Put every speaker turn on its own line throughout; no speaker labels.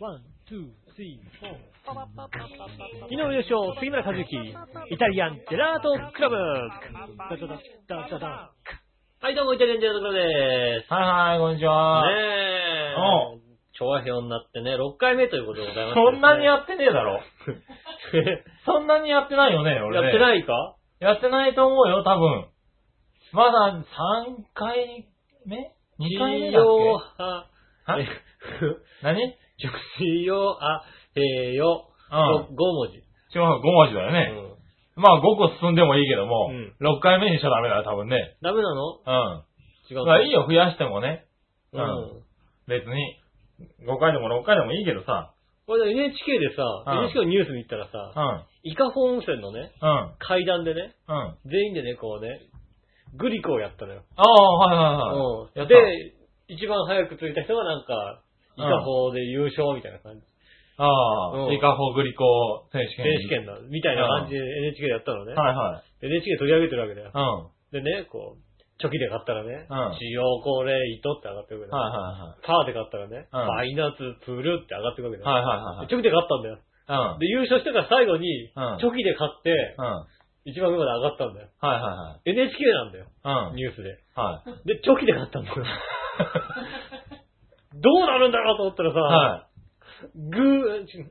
ワン、ツー、スリー、フォー。
井上義雄、杉村和之、イタリアンジェラートクラブ。
ダダダダダダ
はい、どうも、イタリアンジェラートクラブです。
はいはい、こんにちは。
ねえ
う、
調和表になってね、6回目ということでございます、
そんなに
や
やってねえだろ。 そんなにやってないよね、俺、ね。
って
い。
ないか
やってないと思うよ、多分。まだ3回目 ?2 回目だっ
は、
け は
え
何
地上あ、えよ、
うん。
5文字。
しかも5文字だよ
う
ね。
ん
まあ5個進んでもいいけども、
うん
6回目にしちゃダメだよ、多分ね。
ダメなの
うん。
違う。
まあいい。よ、増やしてもね。
う
うん
ん。
別に。5回でも6回でもいいけどさ。
これ NHK でさ、
うん
NHK のニュース見たら
う
さ、
ん。
伊香保温泉のね、
うん。
階段でね、
うん。
全員でね、こうね、グリコをやったのよ。
ああ、はいはいはい。
う
や
ん。
った
で、一番早く着いた人がなんか、伊
うん
香保で優勝みたいな感じ。
あ
う
あ、
ん
イカホグリコ選手権。
選手権だ、みたいな感じで NHK でやったのね。
はいはい。
NHK 取り上げてるわけだよ
う。ん。は
でね、こう、チョキで買ったらね、
うん
使用高齢糸って上がってくるわけ
い
だよ。
は
パーで買ったらね、
うん
ファイナッツ、プールって上がってくるわけ
い
だ
はい。
よ。
はいはいはいはい。
チョキで買ったんだよ。
うん。
で、優勝してから最後に
うん、
チョキで買って、
うん。はい
一番上まで上がったんだよ。
はいはい。
NHK なんだよ、
うん。
ニュースで。
はい。
で、チョキで買ったんだよ。 どうなるんだろうと思ったらさ、
は
グー、ちん
い。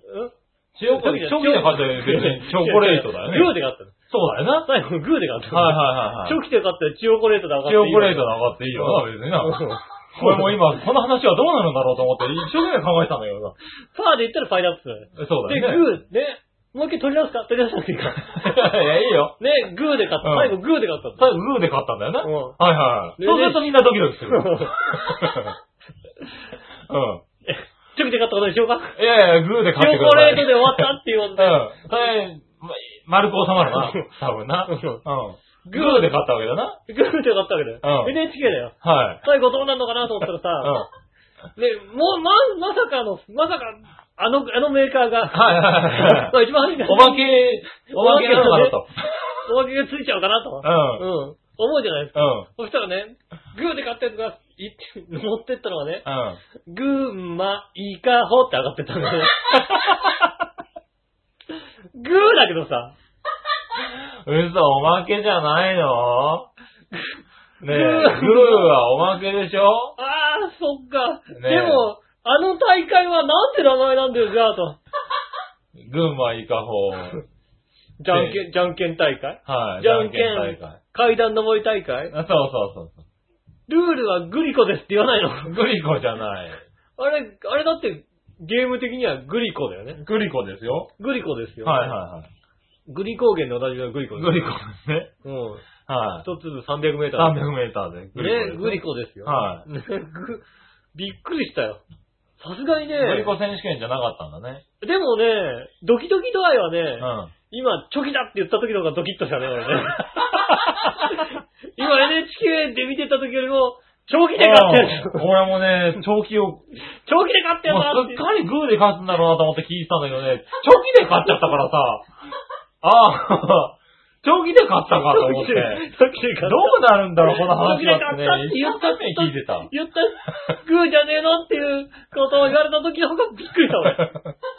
チョコ、チョコで買って別に チョコレートだよね。
グーで買ったの。
そうだよな。
最後グーで買ったの。
はいはいはいはい。
チョキで買ったらチオコレートだ
チョコレート
だ。
なかっていいよな、別にな。
うん
これもう今、この話はどうなるんだろうと思って、一生懸命考えてたんだけど
パーで言ったらファイナップスだよ。
さ。そうだ
で、
よね。
グー、ね、もう一回取り出すか取り出さなくていいか。
いや、いいよ。
ね、グーで買った。
うん
最後グーで買ったんだ
最後、グーで買ったんだよな。
うん
はいはいはい。
で
そうするとみんなドキ ドキする。
うん
うん。
チョキで買ったことにしようか。
いやいや、グーで
チ
買って
オ
く
コ
ださい。
レートで終わったっていうことで。
うん。それ、ま丸く収ま るな。多分な。
う
うんん。
グ
グ
ー
ーで買ったわけだな。
グーで買ったわけだよ。
うん
NHK だよ。
はい。
最後どうなるのかなと思った
う
ら
ん。
さ、
は
ね、もう、ま、まさかの、まさか、あの、あのメーカーが、
いはいはい。
そう一番初めに
お化け、お化けなのかなと。
おまけがついちゃうかなと。
う
う
ん。
ん。思うじゃないですか。
うん。
そしたらね、グーで買ったやつが、い持ってったのはね、
うん。
グーマイカホって上がってったんだよ。グーだけどさ、
嘘、おまけじゃないのねえ、グ
グー
ーはおまけでしょ
あー、そっか。
ねえ
でも、あの大会はなんて名前なんだよ、じゃあと。
群馬イカホ
じゃんけん、じゃんけん大会
はい。
じゃんけん
大会。
階段登り大会
あそうそうそう
ルールはグリコですって言わないの
そう。グリコじゃない。
あれ、あれだって、ゲーム的にはグリコだよね。
グリコですよ。
グリコですよ。
はいはいはい。
グリ高原でおなじみのグリコです。
グリコですね。
うん。
はい。
一粒300メーター。
300メーターで。グリコで
ね、グリコで
す
すよ。。
はい
ね、ぐ、びっくりしたよ。さすがにね、
グリコ選手権じゃなかったんだね。
でもね、ドキドキ度合いはね、
うん。
今、チョキだって言った時の方がドキッとしたね、俺ね。今 NHK で見てた時よりも、長期で勝ったやつ。
うん俺もね、長期を、もう
長期で勝ったやつだって
すっかりグーで勝つんだろうなと思って聞いてたんだけどね、長期で勝っちゃったからさ、ああ、 長期で勝ったかと 思っ て、ど
長期で勝った。
うなるんだろう、この
長期
話
で
は
勝
って
ったっ
ね、
て
一
言
生
った
懸命
言った、グ
聞いてた。
ーじゃねえのっていうことを言われた時の方がびっくりした、俺。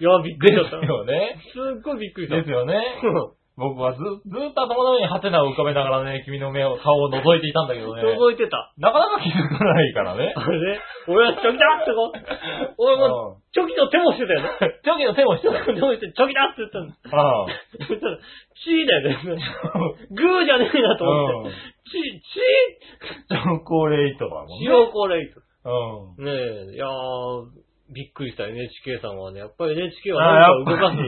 いや、びっく
で
りしちゃった
す。よね。
すっごいびっくりした。
ですよね。
う
僕はず、ずーっと頭の上にハテナを浮かべながらね、君の目を、顔を覗いていたんだけどね
ん。、届いてた。
なかなか気づかないからね。
あれね、俺はチョキだってこう。 俺もチョキの手もしてたよね。
長期の手をし
チ
て
ョキ
た。
の 手もして、チョキだって言ったの。
ああ。
そしたらチーだよね。グーじゃねえなと思って。チー、チ
チョコレートだもん
ー
ね。
塩コレイト。
うん。
ねえ、いやー、びっくりした NHK さんはね、やっぱり NHK は
あ
なん
ー
か動か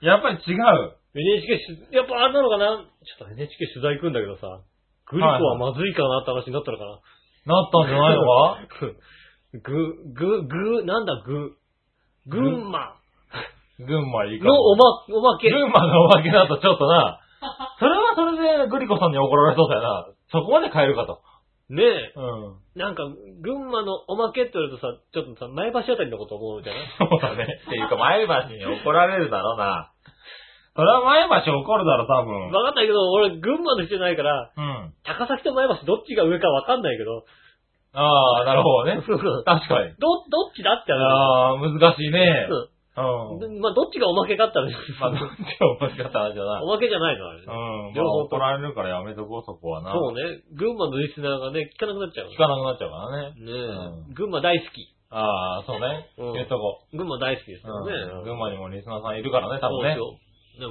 す。
やっぱり違う。
NHK し、やっぱあれなのかなちょっと NHK 取材行くんだけどさ、グリコはまずいかなって話になったのかな、
なったんじゃないの か
ぐ、ぐ、ぐ、なんだぐ、群馬
群馬いいか
のお
も。
ま、おまけ。
群馬のおまけだとちょっと な、それはそれでグリコさんに怒られそうだよな。そこまで変えるかと。
ねえ、
うん。
なんか、群馬のおまけって言われるとさ、ちょっとさ、前橋あたりのこと思うじゃない
そうだね。っていうか、前橋に怒られるだろうな。それは前橋怒るだろ、多分。
わかんないけど、俺群馬の人じゃないから、
うん。
高崎と前橋どっちが上かわかんないけど、
ああ、なるほどね。
そうそう。
確かに。
ど、どっちだってな。
ああ、難しいね。
そう
うん。
でまあ、どっちがおまけかったら、
まあ、どっちが面白かった話だな
お。まけじゃないのあれね。
うん。
両
両
方
方取られるからやめとこう、そこはな。
そうね。群馬のリスナーがね、聞かなくなっちゃう。
聞かなくなっちゃうからね。
ねえ、
う
群馬大好き。
ああ、そうね。
うん
言っとこ
群馬大好きです
う。
よね。
うん。群馬にもリスナーさんいるからね、多分ね。
そう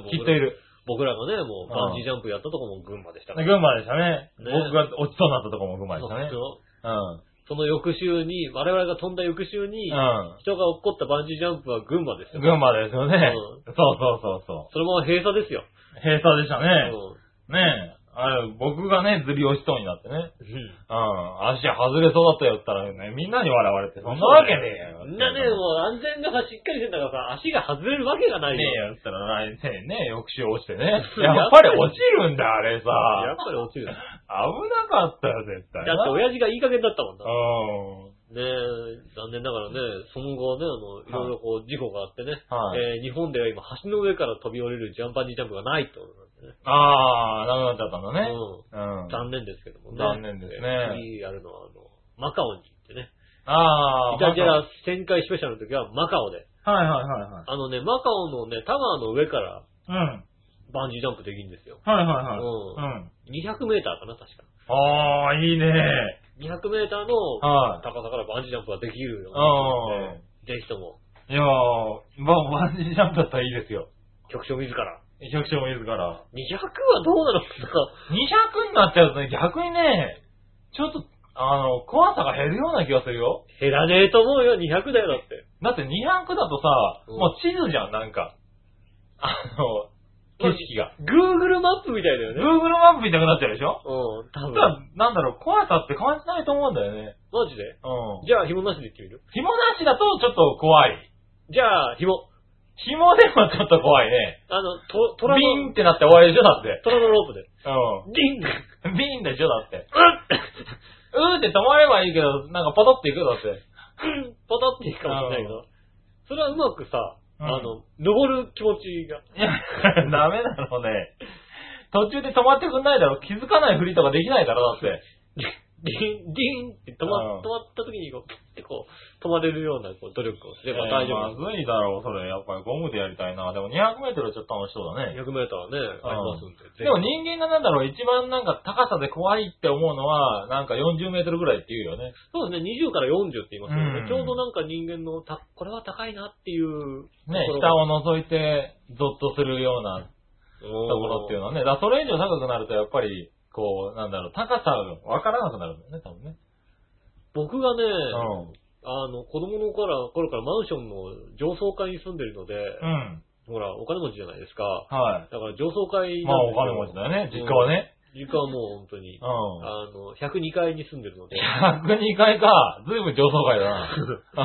ですよ。ね
きっといる。
僕ら僕らがね、もう
う
バ
ん
ンジージャンプやったとこも群馬でしたから。
群馬でしたね。
ね
僕が落ちそうになったとこも群馬で
そ
し
う
た
で
ね
し。ょ
うん。
その翌週に、我々が飛んだ翌週に、
う
人が落っこったバンジージャンプは群馬ですよ。
ん。群馬ですよね
う。
そうそうそうそ
そのまま閉鎖ですよ。
う。閉鎖でしたね。
うん
ねえ。あれ、僕がね、ずり落ちそうになって
う
ね。
ん
うん。足外れそうだったよったらね、みんなに笑われて、そんなわけねえよ。
みんなね、もう安全がしっかりしてんだからさ、足が外れるわけがない
ねえ
よ。
よったら来年ね、翌週落ちてね。や
や
っぱり落ちるんだ、あれさ。
やっぱり落ちる。だ
危なかったよ、絶対な。
って
うん。
親父がいい加減だったもんな。ねえ、残念ながらね、その後ね、あの、いろいろこう事故があってね、
はい
えー日本では今橋の上から飛び降りるジャンパンジージャンプがないってことなんでね。
ああ、なくなっちゃったんだね。
うん
うん。
残念ですけどもね。
残念ですね
えー次やるのは、あの、マカオに行ってね。
ああ、
イタジェラ旋回スペシャルの時はマカオで。
はいはいはいはい。
あのね、マカオのね、タワーの上から
うん。
バンジージャンプできるんですよ。
はいはいはい。
う
うん。
200メーターかな、確か。
ああ、いいね。
200メーターの
はい
高さからバンジージャンプができるようになってるんで、ぜひとも、
いやー、バンバンジージャンプだったらいいですよ。
局長自ら。
局長も
200
自ら。
はどうなのか
200になっちゃうとね、逆にね、ちょっと、あの、怖さが減るような気がするよ。
減らねえと思うよ、200だよ、だって。
だって200だとさ、
うん
もう地図じゃん、なんか。あの、景色が。
Google マップみたいだよ
Google
ね。
マップ見たくなっちゃうでしょ
うん、多
た
分。
だ、なんだろう、怖さって感じないと思うんだよね。
マジで
うん。
じゃあ、紐なしで言ってみる
紐なしだとちょっと怖い。
じゃあ、紐。
紐でもちょっと怖いね。
あの、と、虎
ビー
の、
ンってなって終わりでしょ、だって。
虎のロープで。リング
うん。ビーンでしょ、だっ
う
て。うーって止まればいいけど、なんかパトっていくよ、だって。
っうんポトっていくかもしれないけど。それはうまくさ、
うん
あの、登る気持ちが。
いや、 ダメなのね。途中で止まってくんないだろ。気づかないふりとかできないだろ、だって。
ディン、ディンって止ま
うん
止まった時にこう、ピッてこう、止まれるようなこう努力をすれば大丈
えー
夫。
まずいだろう、それ。やっぱりゴムでやりたいな。でも200メートルちょっと楽しそうだね。
100メーターはね、ありますんで。ぜひ
でも人間がなんだろう、一番なんか高さで怖いって思うのは、なんか40メートルぐらいって言うよね。
そうですね、20から40って言いますけどね、
うん
ちょうどなんか人間のた、これは高いなっていう。
ね、
ところ
下を覗いて、ゾッとするような
と
ところっていう
の
のはね、だからそれ以上高くなるとやっぱり、こう、なんだろう、高さがわからなくなるんだよね、多分ね。
僕がね、
うん。
あの、子供の頃頃からマンションの上層階に住んでるので、
うん。
ほら、お金持ちじゃないですか。
は
だから上層階
い。
な
まあ
ん
お
ですよ
金持ちだよね、実家は。ね。
うん実家はもう本当に、
う
あ
ん。
の、102階に住んでるので、
102階か。ずいぶん上層階だな。
ち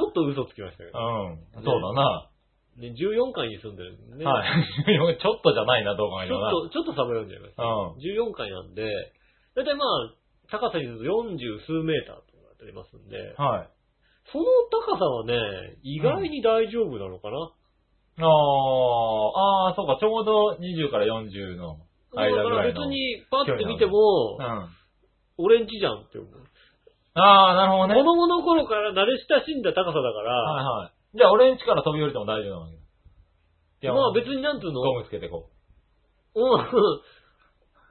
ょっと嘘つきましたけど、
うん。うん。そうだな。
で14階に住んでるんでね、
はい。 ちょっとじゃないな、どう考え
ち
ても
ょ
な。
っと、ちょっとさまよんじゃいます。14階なんで、だいたいまあ、高さにすると40数メーターとかってありますんで
う、ん。はい。
その高さはね、意外に大丈夫なのかな。
ああ、ああ、そうか、ちょうど20から40の
だか
間ぐ
ら
らい
別
の。
に、パッと見ても
う、ん。
俺んちじゃんって思う。
ああ、なるほどね。
子供の頃から慣れ親しんだ高さだか
は
ら、
いはい。じゃあ、俺ん家から飛び降りても大丈夫なわけだ。いや
まあ別になんつうの、
ゴムつけてこう。
うん、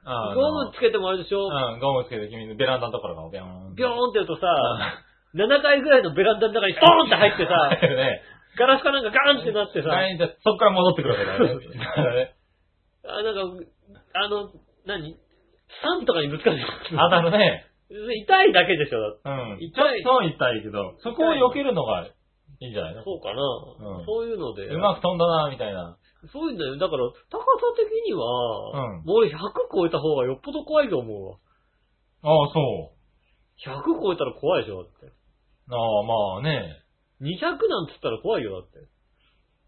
あー
ゴムつけてもあれでしょ、
うん、ゴムつけて君のベランダのところからビョーン。
ビョーンってやるとさ、
あ
7階ぐらいのベランダの中にストーンって入って
ー。
さ、
ね。
ガラスかなんかガーンってなってさ、
来年じゃそっから戻ってくるわけだよ ね。
あ、なんか、あの、何サンとかにぶつかる。
当たるね。
痛いだけでしょ、だって。
うん。
痛い
ちょっと痛いけど、そこを避けるのがいいんじゃないの
そうかな、
うん
そういうので。
うまく飛んだな、みたいな。
そういうんだよ。だから、高さ的には、
うん
もう100超えた方がよっぽど怖いと思うわ。
ああ、そ
100超えたら怖いでしょ、だって。
う。ああ、まあね。
200なんつったら怖いよ、だって。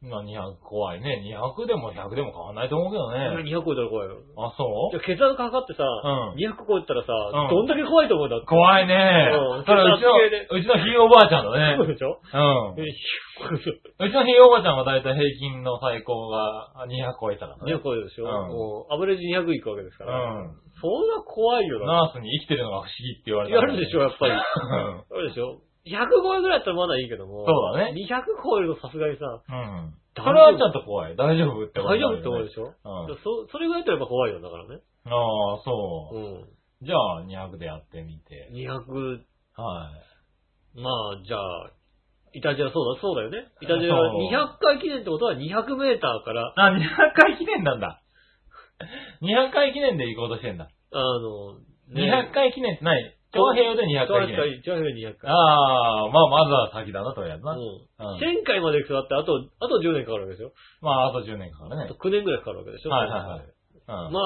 まあ200怖いね。200でも100でも変わんないと思うけどね。
200超えたら怖いよ。
あ、そ
じゃあ、血圧かかってさ、
うん
200超えたらさ、
ん
どんだけ怖いと思うんだっ
う
て。
怖いね
うん。
それうち
血
の、うちのひいおばあちゃんだ
そう
ね。
でしょ
うん。うちのひいおばあちゃんはだいたい平均の最高が200超えたからね。
200超えるでしょ、
うん
もう、アベレージ200いくわけですか
う
ら。
ん。
そんな怖いよな。
ナースに生きてるのが不思議って言われた
や
らね。
るでしょ、やっぱり。
う
あ
ん
るでしょ ?100 超えぐらいだったらまだいいけども。
そうだね
200超えるとさすがにさ、
うん。それはちょっと怖い。大丈夫って
大丈夫って思う
思う
でしょ、
うん
そ、それぐらいだったらやっぱ怖いよ、だからね。
ああ、そうう。
ん。
じゃあ、200でやってみて。
200、
は
まあ、じゃあ、イタジェラそうだ、そうだよね。イタジェ
そう
ラ200回記念ってことは200メーターから、
い。あ、200回記念なんだ。200回記念で行こうとしてんだ。
あの、
200回記念って何長平で200回記
100
念。
回、100回200回。
ああ、まあ、まずは先だな、とりあえずな。
うん。
うん
1000回まで行くとだって、あと、あと10年かかるわけでしょ
まあ、あと10年かかる
あと
ね。
9年ぐらいかかるわけでしょ
はいはいはいうん。
まあ、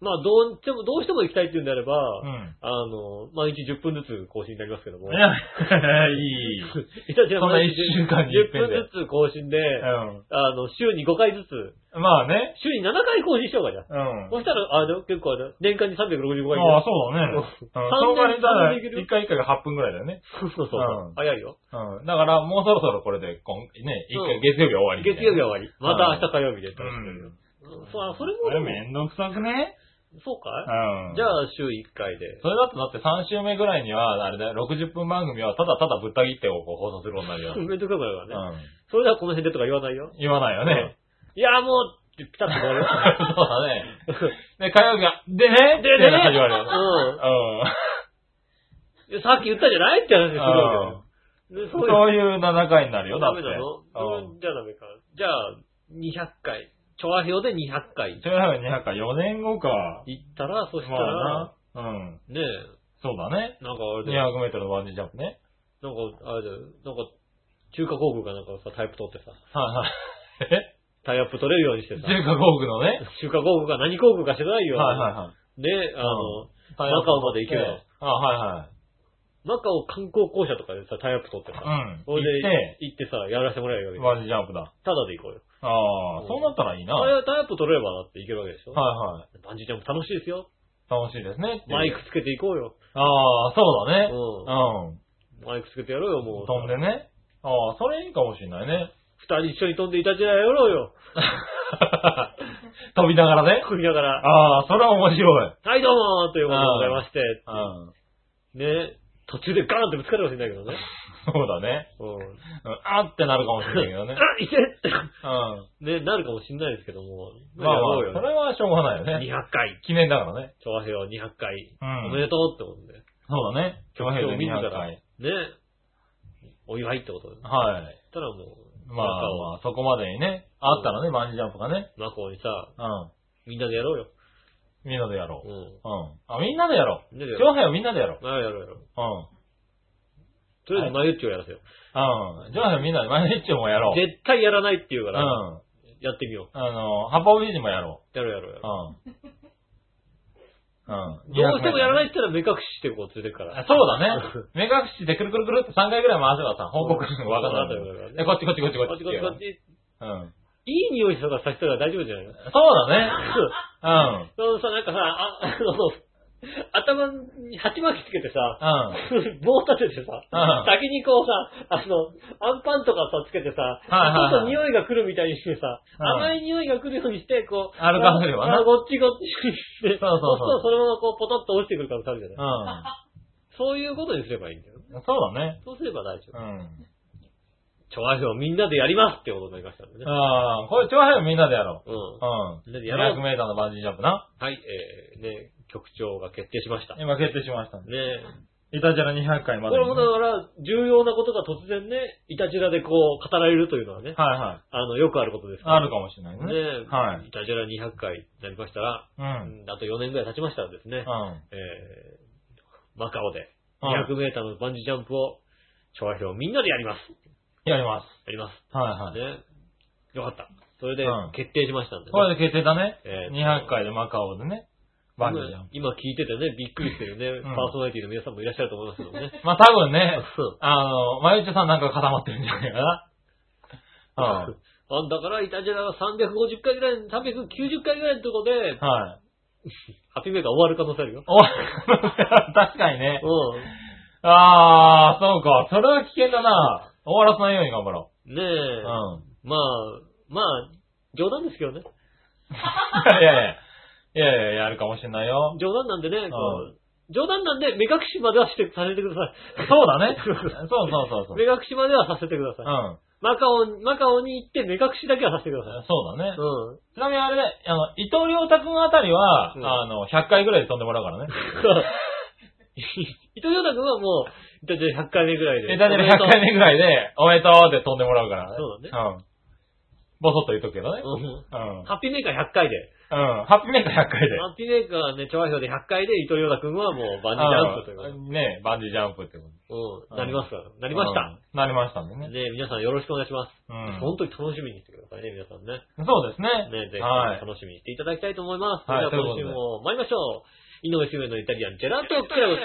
まあ、どう、でも、どうしても行きたいっていうんであれば、
うん。
あの、毎日10分ずつ更新になりますけども。
いや、いい。う
いたちは
そんな
毎
一
日
週間に一
10
遍
分
で
ずつ更新で、
ん。
あの、週に5回ずつ、
まあね。
週に7回更新しようかじゃあ。
うん。
そしたら、あの、結構あの、年間に365回ぐ
あ
ら
あ、
い。
そうだね。うん。その代わりだから、1回1回が8分くらいだよね。
そうそうそう
う。ん
早いよ。
うん。だから、もうそろそろこれで、こんね、一
う
回
ん
月曜日は終わりみ
月
たいな。
曜日は終わり。また明日火曜日で。うんそうあそれもで
うん。
も
あれめんどくさくね
そう
う
か
ん。
じゃ
あ、
あ、週1回で。
それだとだって3週目ぐらいには、あれだよ、60分番組はただただぶった切ってをこう放送することになるよ。
めんどくさくなるからね。
う
それではこの辺でとか言わないよ。
ん。言わないよね。
いや、もう、ピタッと終わる
そう
よ。
だね。で、火曜日が、でね
で
って
ね。
始まるよ。うん。
うん。さっき言ったじゃ ないって話するわけだよ。で
そう
そういう。
いう7回になるよ、だ
ダ
って。
メなの
うん。
うんじゃあダメか。じゃあ、200回。調和表で200回。
ちょいは200回、4年後か。
行ったら、そした
ま
ら、
あな。うん。
ねえ、
そうだね。
なんかあれだよ。
200メートルのバンジージャンプね。
なんか、あれだよ。なんか、中華航空かなんかさ、タイプ取ってさ、
はい はい。え
タイアップ取れるようにしてさ、
中華航空のね。
中華航空か何航空か知らないよ。
はいはいはい。
ねえ、あの、
タイ
マカオまで行けば
よ。あ、はい
マカオ観光公社とかでさ、タイアップ取ってさ、
はい。うん。
そ
行
れ
って、
で行ってさ、やらせてもらえるよみたいな。
バンジージャンプだ。
ただで行こうよ。
あ
う
あ、
ん
そうなったらいいな。
あ
は
れ
い
はタイアップ取れればだっていけるわけでしょ
はい。
バンジージャンプ楽しいですよ。
楽しいですね。
マイク。つけていこうよ。
ああ、そうだね。
う。
うん
マイクつけてやろうよ、も
ん。
う。
飛んでね。ああ、それいいかもしれないね。
二人一緒に飛んでいたじらやろうよ。
飛びながらね。
組みながら。
ああ、それは面白い。
はい、どうもーということでございまして。
うん。
ね、途中でガーンってぶつかるかもしれないけどね。
そうだね。
うん。
うんあーってなるかもしれないけ どね。
あ、いてって、
うん。
ね、なるかもしれないですけども。
まあまあ、
やろうよ
それはしょうがないよね。
200回。
記念だからね。
調和平和200回。
う
お
ん
めでとうってことで。
そうだね。今日平
自
で200
ら。
回
ね。。お祝いってことで。そし
はい。
たらもう、
まあまあ、そこまでにね。あったらね、バンジージャンプがね。
マコにさ、
うん。
みんなでやろうよ。
みんなでやろ
う
う。
ん。
うん。あ、みんなでやろう。
みんなでやろ
今日平みんなでやろ
う。
う。
やろうやろうやろう。
うん。
とりあえずマユッチをやらせよ
うん。上平みんなで毎日もやろ
う。
う。
絶対やらないって言うか
うん。
ら、
あ
やってみよ
の、ハポビジもやろ
う。やろうやろうや
う。う
ろう。ど
ん。うん。
うしてもやらない
い
って言ったら目隠ししてこう連れてくから。
そうだね。目隠しでくるくるくるって3回ぐらい回せばさ、報告書わかん
わ
な
かんない
い。え、こっちこっちこっちこ
こ
っ
っ
ち。
ちこっちこっち。
うん。
いい匂いとかさせたら大丈夫じゃないの
そうだね。うん。
そのさ、なんかさ、あ、あの、頭に鉢巻きつけてさ、
うん。
棒立ててさ、
うん
先にこうさ、あの、アンパンとかさ、つけてさ、
は
ちょっと
いはいはい
匂いが来るみたいにしてさ、
うん
甘い匂いが来るようにして、こう、
歩かせればな
あこっちこっちにして、
そうそうそう
そしたらそのままこう、ポトッと落ちてくる可能性あるじゃない、
う
そういうことにすればいいんだよ。
ん。そうだね。
そうすれば大丈
う
夫。
ん。
ちょ、わしをみんなでやりますってことになりましたんでね。
ああ、これ、長編みんなでやろ
うん。
う。う
みん
ん。
なでやろう
200メーターのバンジージャンプな。
はい、えー、ね、局長が決定しました。ね
今決定しましたね。
え
イタジェラ200回ま
こ
で
れも
にね。
だから、重要なことが突然ね、いたじらでこう、語られるというのはね、
はいはい。
あの、よくあることですから
あるかもしれないね。
ね。
はい
いたじら200回になりましたら、
う。
うんんあと4年ぐらい経ちましたらですね
う、ん。
えーマカオで、
うん
200メーターのバンジージャンプを、調和表みんなでやります。
やりま。
やります
は
す。
いはい。
ね。よかった。それで
うん、
決定しましたんでね。
これで決定だね
え。ー
200回でマカオでね。バンジージャン
今今聞いててね、びっくりしてるね、
う
パ
ん
ーソナリティの皆さんもいらっしゃると思いますけどね。
プ。まあ多分ね、
そう
あの、まゆちょさんなんか固まってるんじゃないかな。う
あ
ん。
だから、イタジェラが350回ぐらい、390回ぐらいのとこで、
はい。
ハッピーメーカー終わる可能性あるよ。
お、確かにね。
う
ああ、そうか。それは危険だな。終わらせないように頑張ろ
ん。ね
う。
え。
うん。
まあ、まあ、冗談ですけどね。
いやいや、いやいや、やるかもしれないよ。
冗談なんでね、こ
う
う冗談なんで目隠しまではして、させてください。
そうだね。そうそうそうそう。
目隠しまではさせてください。
うん。
マカオ、マカオに行って目隠しだけはさせてください。
そうだね。
うん。
ちなみにあれね、あの、伊藤良太くんあたりは、
うん
あの、100回ぐらいで飛んでもらうからね。
伊藤洋太君はもう、大体100回目ぐらいで。
え、だいたい100回目ぐらいで、おめでとうって飛んでもらうからね。
そう
だね。うん。ボソッと言っとくけどね。
うん
うん。うん。
ハッピーメーカー100回で。
ハッピーメーカー100回で。
ハッピーメーカーね、調和表で100回で伊藤洋太君はもうバンジージャンプということで
うんねバンジージャンプってこと。
うんん、なりますから。なりました。
うん。なりましたんでね。
ね皆さんよろしくお願いします。
うん。
本当に楽しみにしてくださいね、皆さんね。
そうですね。
ね、ぜひ
はい
楽しみにしていただきたいと思います。
はい
それでは今週も参りましょう。井上修明のイタリアンジェラートクラブ。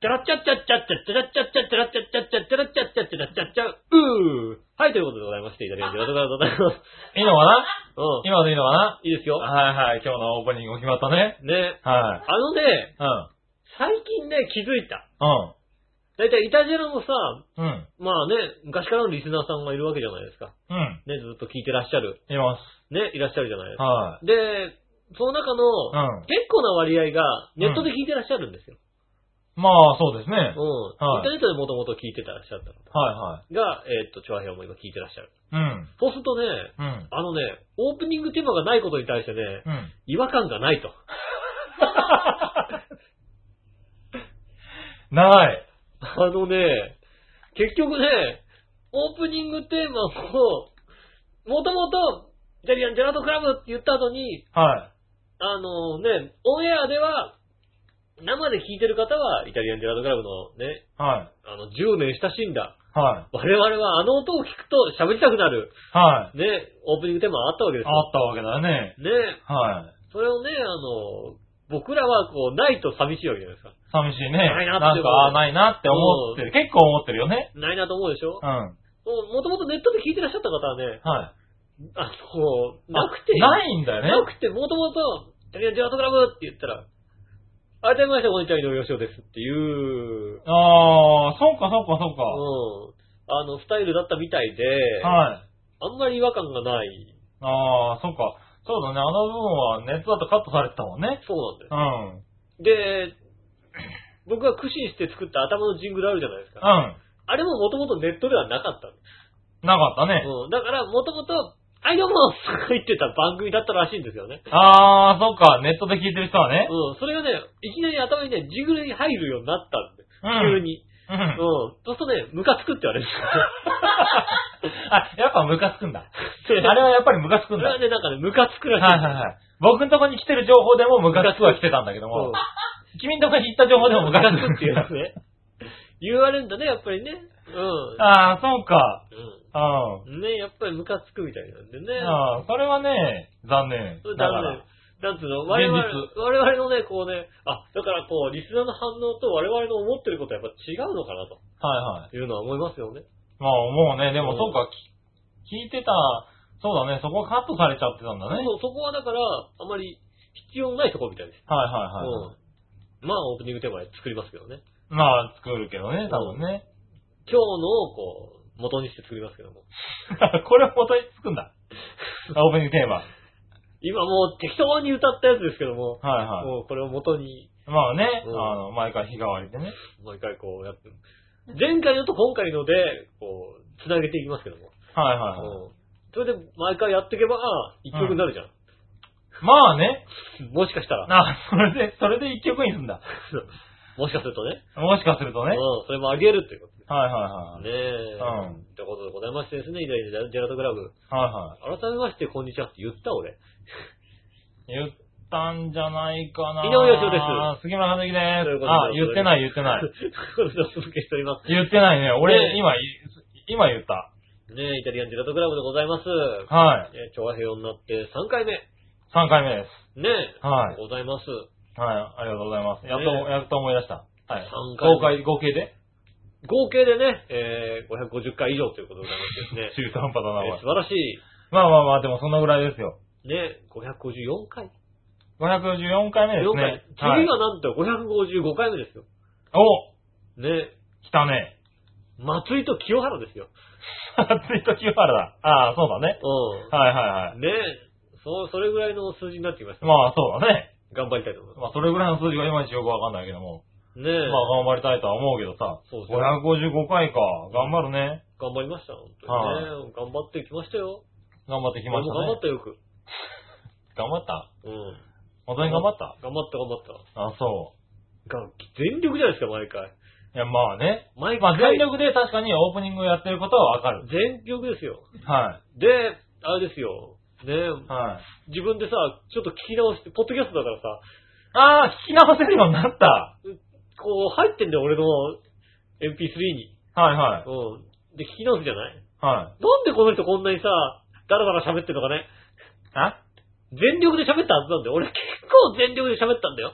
チャラッチャッチャッチャッチャッチャラッチャッチャッチャラッチャッチャッチャッチャラッチャッチャッチャラッチャッチャうーはい、ということでございまして、イタリアンジェラートクラブでございます。
いいのかな
う、
今のいいのかなん
いいですよ。
はいはい、今日のオープニングも決まったね。
ね、
はい。
あのね、
うん。
最近ね、気づいた。
うん。
だいたいイタジェラもさ、
うん。
まあね、昔からのリスナーさんがいるわけじゃないですか。
うん。
ね、ずっと聞いてらっしゃる。
います。
ね、いらっしゃるじゃないですか。
は
で、その中
い。う
の、
ん。
結構な割合がネットで聞いてらっしゃるんですよ。
まあ、そうですね。はい
うん。イ
はい
ンターネットでもともと聞いてたらっしゃった方
は
が、えーっと、チョアヘアも今聞いてらっしゃる。
い。うん。
そうするとね、
うん。
あのね、オープニングテーマがないことに対してね、
うん。
違和感がないと。
ない。
あのね、結局ね、オープニングテーマを、もともと、イタリアンジェラートクラブって言った後に、
はい。
あのね、オンエアでは、生で聞いてる方は、イタリアンジェラートクラブのね、
は
あの、10年親しんだ、
い。はい。
我々はあの音を聞くと喋りたくなる、
はい。
ね、オープニングテーマあったわけです
あ
よ。
ったわけだね。
ね、
はい。
それをね、あの、僕らはこう、ないと寂しいわけじゃないですか。
寂しいね。
ないなって
んか、あないなって思ってる。結構思ってるよね。
ないなと思うでしょ
うん。はい。
もともとネットで聞いてらっしゃった方はね、
あ
あの、なくていい、
ないんだよね。
なくて、もともと、イタリアンジェラートクラブって言ったら、改めまして、こんにちは、井上芳雄ですっていう、
ああ、そうかそうかそうか。
うん。あの、スタイルだったみたいで、
はい。
あんまり違和感がない。
ああ、そうか。そうだね。あの部分はネットだとカットされてたもんね。
そうなん
う
だよ。
ん。うん。
で、僕が苦心して作った頭のジングルあるじゃないですか。あれももともとネットではなかったの
なかったね。
うん。だから、もともと、はい、どうもとか言ってた番組だったらしいんですよね。
ああ、そうか。ネットで聞いてる人はね。
うん。それがね、いきなり頭にね、ジングルに入るようになったんで、
うん
急に。
う
うん。
ん。
そうするとね、ムカつくって言われるんで す
あ、やっぱムカつくんだ。
よ。
あれはやっぱりムカつ
そ
くん
れ
だ。は
はいね、なんかね、ムカつくらしい。
はいはい。僕のとこに来てる情報でもムカつくは来てたんだけど
うん
も、君のとこに行った情報でもムカつく
っていう のね。言われるんだね、やっぱりね。う
ああ、そうか。うん。
ん。うん。ね、やっぱりムカつくみたいなんでね。
ああ、それはね、残念。
それ
だ
ダ
か
メ
ら。
なんつうの、我々、
現実
我々のね、こうね、あ、だからこう、リスナーの反応と我々の思ってることはやっぱ違うのかなと
はいはい。
いうのは思いますよね。
まあ、もうね、で
う
も
ん
そうか、き聞いてた、そうだね、そこカットされちゃってたんだね。はい
そうそこはだから、あまり必要ないところみたいです。
はいはい。
うん。まあ、オープニングテーマで作りますけどね。
まあ、作るけどね、多分ね。
今日のをこう、元にして作りますけども。
これ元につくん だ。オープニングテーマ。はい
今もう適当に歌ったやつですけども、
は
もうこれを元に、
い。まあね、
うん
あの、毎回日替わりでね。
毎回こうやって、前回のと今回ので、こう、繋げていきますけども。
はいはいはい。
うんそれで毎回やっていけば、一曲になるじゃん。
まあね、
もしかしたら。
あ、それで、それで一曲にすんだ。
もしかするとね。
もしかすると
う
ね。はい
ん、それもあげるということで
はいはい。
ねえ。
うん
ということでございましてですね、イタリアンジェラートクラブ。
はいは
改めまして、こんにちはって言った俺。
い。言ったんじゃないかな。。
井上芳雄です
杉村和之で
というこ
す。
とで
あ、言ってない言っ てない。。
ということでお届けしておりま
言ってないね。俺、
ね
今い、今言った。
す。ねえ、イタリアンジェラートクラブでございます。
はい。
えー、調和平和になって3回目。ね
3回目で
え。
はい
ございます。
す。はい。ありがとうございます。やっと、
ね
やっと思い出した。はい。
三回目
合計、合計で
合計でね、えー、550回以上ということでございましてですね。
中途半端だな、お
えー
い
素晴らしい。
まあまあまあ、でもそのぐらいですよ。
ね、554回。
514回目で
4
す
回
ね。。は
次
い。
がなんと555回目ですよ。
お
ね、
来たね。
松井と清原ですよ。
ツイート清原だ。ああ、そうだね。
う
はいはいはい。
ん。ね、そう、それぐらいの数字になってきました。
まあ、そうだね。
頑張りたいと思いま
まあ、それぐらいの数字がいまいちよくわかんないけども。
す。ねえ。
まあ、頑張りたいとは思うけどさ。
そうですね
555回か。頑張るね。
頑張りました、本当にね。頑張ってきましたよ。
頑張ってきました
俺も頑張
ね
っ。たよ、よく。
頑張った
うん。
本当に頑張った
頑張った、頑張った。
あ、そ
が全力じゃないですか、毎回。
う。いや、まあね。
毎
まあ、
回。
全力で確かにオープニングをやってることはわかる。
全力ですよ。
は
で、あれですよ。ね
い。はい。
自分でさ、ちょっと聞き直して、ポッドキャストだからさ、
あー、聞き直せるようになった。
こう入ってんだよ、俺の MP3 に。
はいは
うん。で、聞き直すじゃないなん
い。はい。
でこの人こんなにさ、ダラダラ喋ってるのかね。
あ
全力で喋ったはずなんだよ。俺結構全力で喋ったんだよ。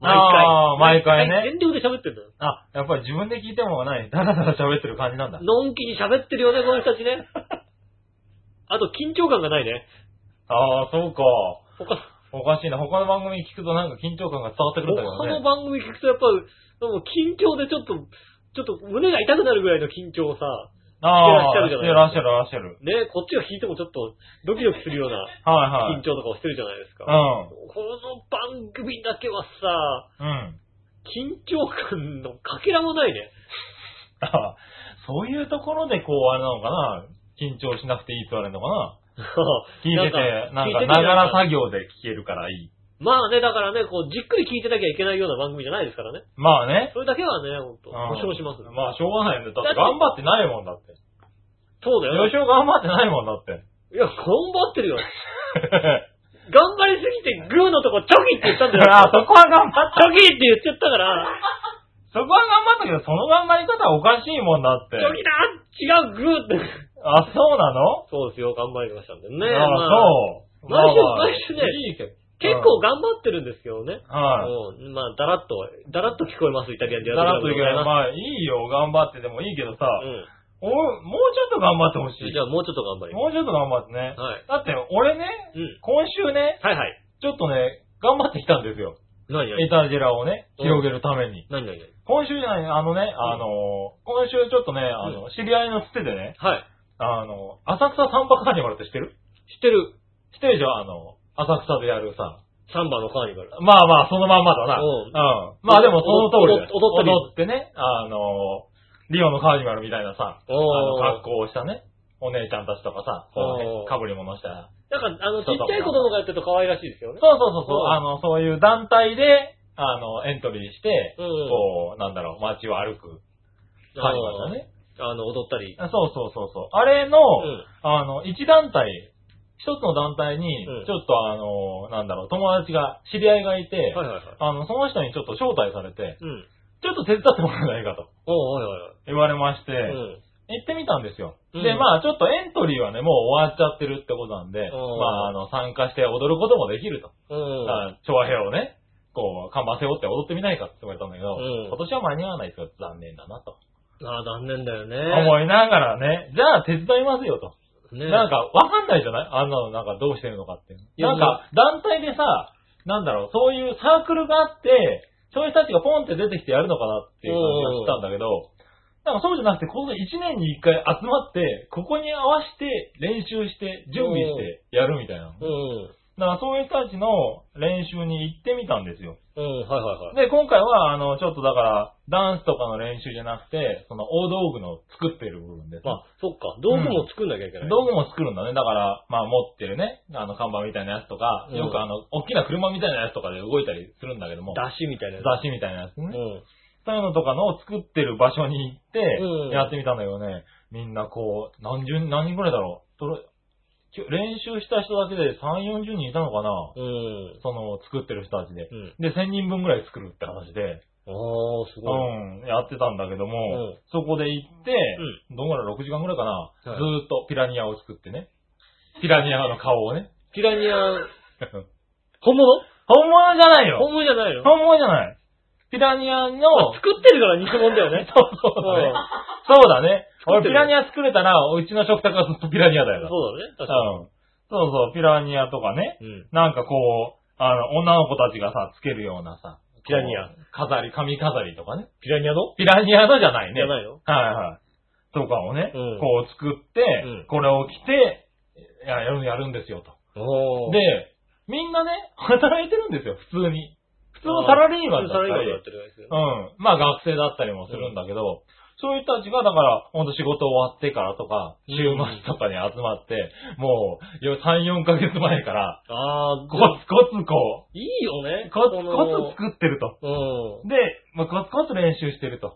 毎回。
あー毎回ね
全力で喋ってんだよ。
あ、やっぱり自分で聞いてもない。だらだら喋ってる感じなんだ。
のんきに喋ってるよね、この人たち ね。あと、緊張感がないね。
ああ、そうか。
他、
おかしいな。他の番組聞くとなんか緊張感が伝わってくるんだけど
他の
ね。
番組聞くとやっぱ、もう緊張でちょっと、ちょっと胸が痛くなるぐらいの緊張をさ、
ああ、
して
して
ら
ら
っ
っ
しゃ
しゃる、らっしゃる。
ね、こっちが引いてもちょっとドキドキするような
はいは
緊
い。
張とかをしてるじゃないですか。この番組だけはさ、
うん。うん。
緊張感のかけらもないね。
ああそういうところでこう、あれなのかな緊張しなくていいって言われるのかな聞いてて、なんか、ながら
業。
作業で聞けるからいい。
まあね、だからね、こう、じっくり聞いてなきゃいけないような番組じゃないですからね。
まあね。
それだけはね、ほんと、
うん
保証します。
まあ、しょうがないよね。だって頑張ってないもんだって。
そうだよ
予。想頑張ってないもんだって。
いや、頑張ってるよ。頑張りすぎてグーのとこチョキって言ったんだよ。
ああ、そこは頑張った。
チョキって言っちゃったから、
そこは頑張ったけど、その頑張り方はおかしいもんだって
チ。ョキだ違うグーって。
あ、そうなの
そうですよ、頑張りましたんでね。
あ
まあ
そう。
毎週
まあまあ
毎週ね
いいけど。
結構頑張ってるんですけどね。
はい。
うんまあ、だらっと、だらっと聞こえます、イタリアンで
だ
や
らっといけない。
ま
まあ、いいよ、頑張ってでもいいけどさ、
う
おもうちょっと頑張ってほし
ん。
い
じ。ゃあ、もうちょっと頑張りま
もうちょっと頑張ってね
す。。はい。
だって、俺ね、
うん。
今週ね、
はいはい。
ちょっとね、頑張ってきたんですよ。
何
エ
何
タジェラをね、広げるために。
何何何
今週じゃない、あのね、あのー、今週ちょっとね、あの、知り合いのつてでね、
はい。
あの、浅草散歩カーニバルって知ってる
知ってる。
知ってるでしょあの、浅草でやるさ。
サンバのカーニバル。
まあまあ、そのまんまだな。
うん
うん。まあでもその通りだよ
踊踊ったり
踊ってね、あの、リオのカーニバルみたいなさ、あの、
おー
格好をしたね、お姉ちゃんたちとかさ、こう
お
ね
ー、
かぶり物した。
なんか、あの、ちっちゃい子供がやってると可愛らしいですよ
そう
ね。
そうそう、
う
そ
ん
うあの、そういう団体で、あの、エントリーして、
うん
こう、なんだろう、街を歩くカーニバルだね。
あの、踊ったり。
あそうそうそうそう。あれの、
うん
あの、一団体、一つの団体に
うん、
ちょっとあの、なんだろう、友達が、知り合いがいて、
はいはいはい。
あの、その人にちょっと招待されて、
うん。
ちょっと手伝ってもらえないかと
おうはいはいはい。
言われまして、
うん。
行ってみたんですよ。
うん
で、まあ、ちょっとエントリーはね、もう終わっちゃってるってことなんで、
おー
まあ、あの、参加して踊ることもできると。
うん。
あ調和平をね、こう、看板背負って踊ってみないかって言われたんだけど、
うん
今年は間に合わないですよ、残念だなと。
ああ、残念だよね。
思いながらね、じゃあ手伝いますよと。
ね
なんか、わかんないじゃないあんなの、なんかどうしてるのかっていう
や
の。なんか、団体でさ、なんだろう、そういうサークルがあって、そういう人たちがポンって出てきてやるのかなっていう感じがしたんだけど、なんかそうじゃなくて、この1年に1回集まって、ここに合わせて練習して、準備してやるみたいな。
う
だ
ん。
からそういう人たちの練習に行ってみたんですよ。
うん、はいはいはい。
で、今回は、あの、ちょっとだから、ダンスとかの練習じゃなくて、その大道具の作ってる部分ですね。
まあ、そっか。道具も作んなきゃいけない。
道具も作るんだね。だから、まあ持ってるね、あの看板みたいなやつとか、
うん
よくあの、大きな車みたいなやつとかで動いたりするんだけども、
出汁みたいなやつ。
雑誌みたいなやつね。
うん。
そういうのとかのを作ってる場所に行って
うん、
やってみたんだけどね、みんなこう、何十人、何人ぐらいだろう。それきゅ練習した人だけで3、40人いたのかな
うん。
その、作ってる人たちで。
うん。
で、1000人分ぐらい作るって話で、
ああ、す
う
ごい。
ん、やってたんだけども、
うん
そこで行って、どんぐらい6時間ぐらいかな、ず
はい
ーっとピラニアを作ってね。ピラニアの顔をね。
ピラニア、 本物
本物じゃないよ
本物じゃないの
本物じゃないピラ ニアの、
あ作ってるから偽物だよね。
そうそうだね。そうだね。
作っ
俺
て
ピ
る
ラニア作れたら、うちの食卓はずっとピラニア
そ
だよ。
うだね。
う
確
ん
かに。
そうそう、ピラニアとかね。
うん。
なんかこう、あの、女の子たちがさ、つけるようなさ、
ピラニア。
飾り、髪飾りとかね。
ピラニアの
ピラニアのじゃない
じ
ね。
ゃ
はい
ないの
はい。とかをね、
うん
こう作って、
うん
これを着て、ややる、やるんですよと。
うおー、
で、みんなね、働いてるんですよ、普通に。普通のサラリーマンだ
サ
っ
ラリー
た
マン
り
やっ、てるんですよ。
うん。まあ学生だったりもするんだけど、そういう人たちが、だから、ほんと仕事終わってからとか、
うん
週末とかに集まって、もう、よ3、4ヶ月前から、
あー、
コ
こう
ツコツこ
いいよね
う、。コツ
その
コツ作ってると。
うん。
で、まあ、コツコツ練習してると。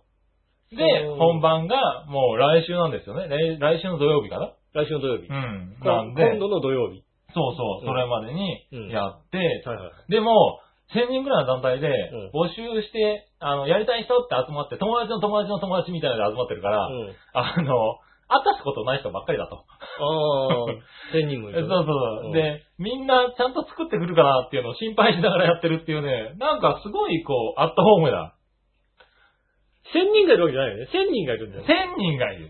で
う、ん
本番が、もう来週なんですよね。来来週の土曜日かな
来週の土曜日。
うん。
こ
なんで、
今度の土曜日。
そうそうう、
ん
それまでにやって、
はいはい。
でも、1000人ぐらいの団体で
ん、
募集して、あの、やりたい人って集まって、友達の友達の友達みたいなので集まってるから、
うん。
あの、会ったことない人ばっかりだと。
あー、1000人もい
そう
る。
そう
う
そ
ん
う。で、みんなちゃんと作ってくるかなっていうのを心配しながらやってるっていうね、なんかすごいこう、アットホームだ。
1000人がいるわけじゃないよね。1000人がいるんだよ。
1000人がいる。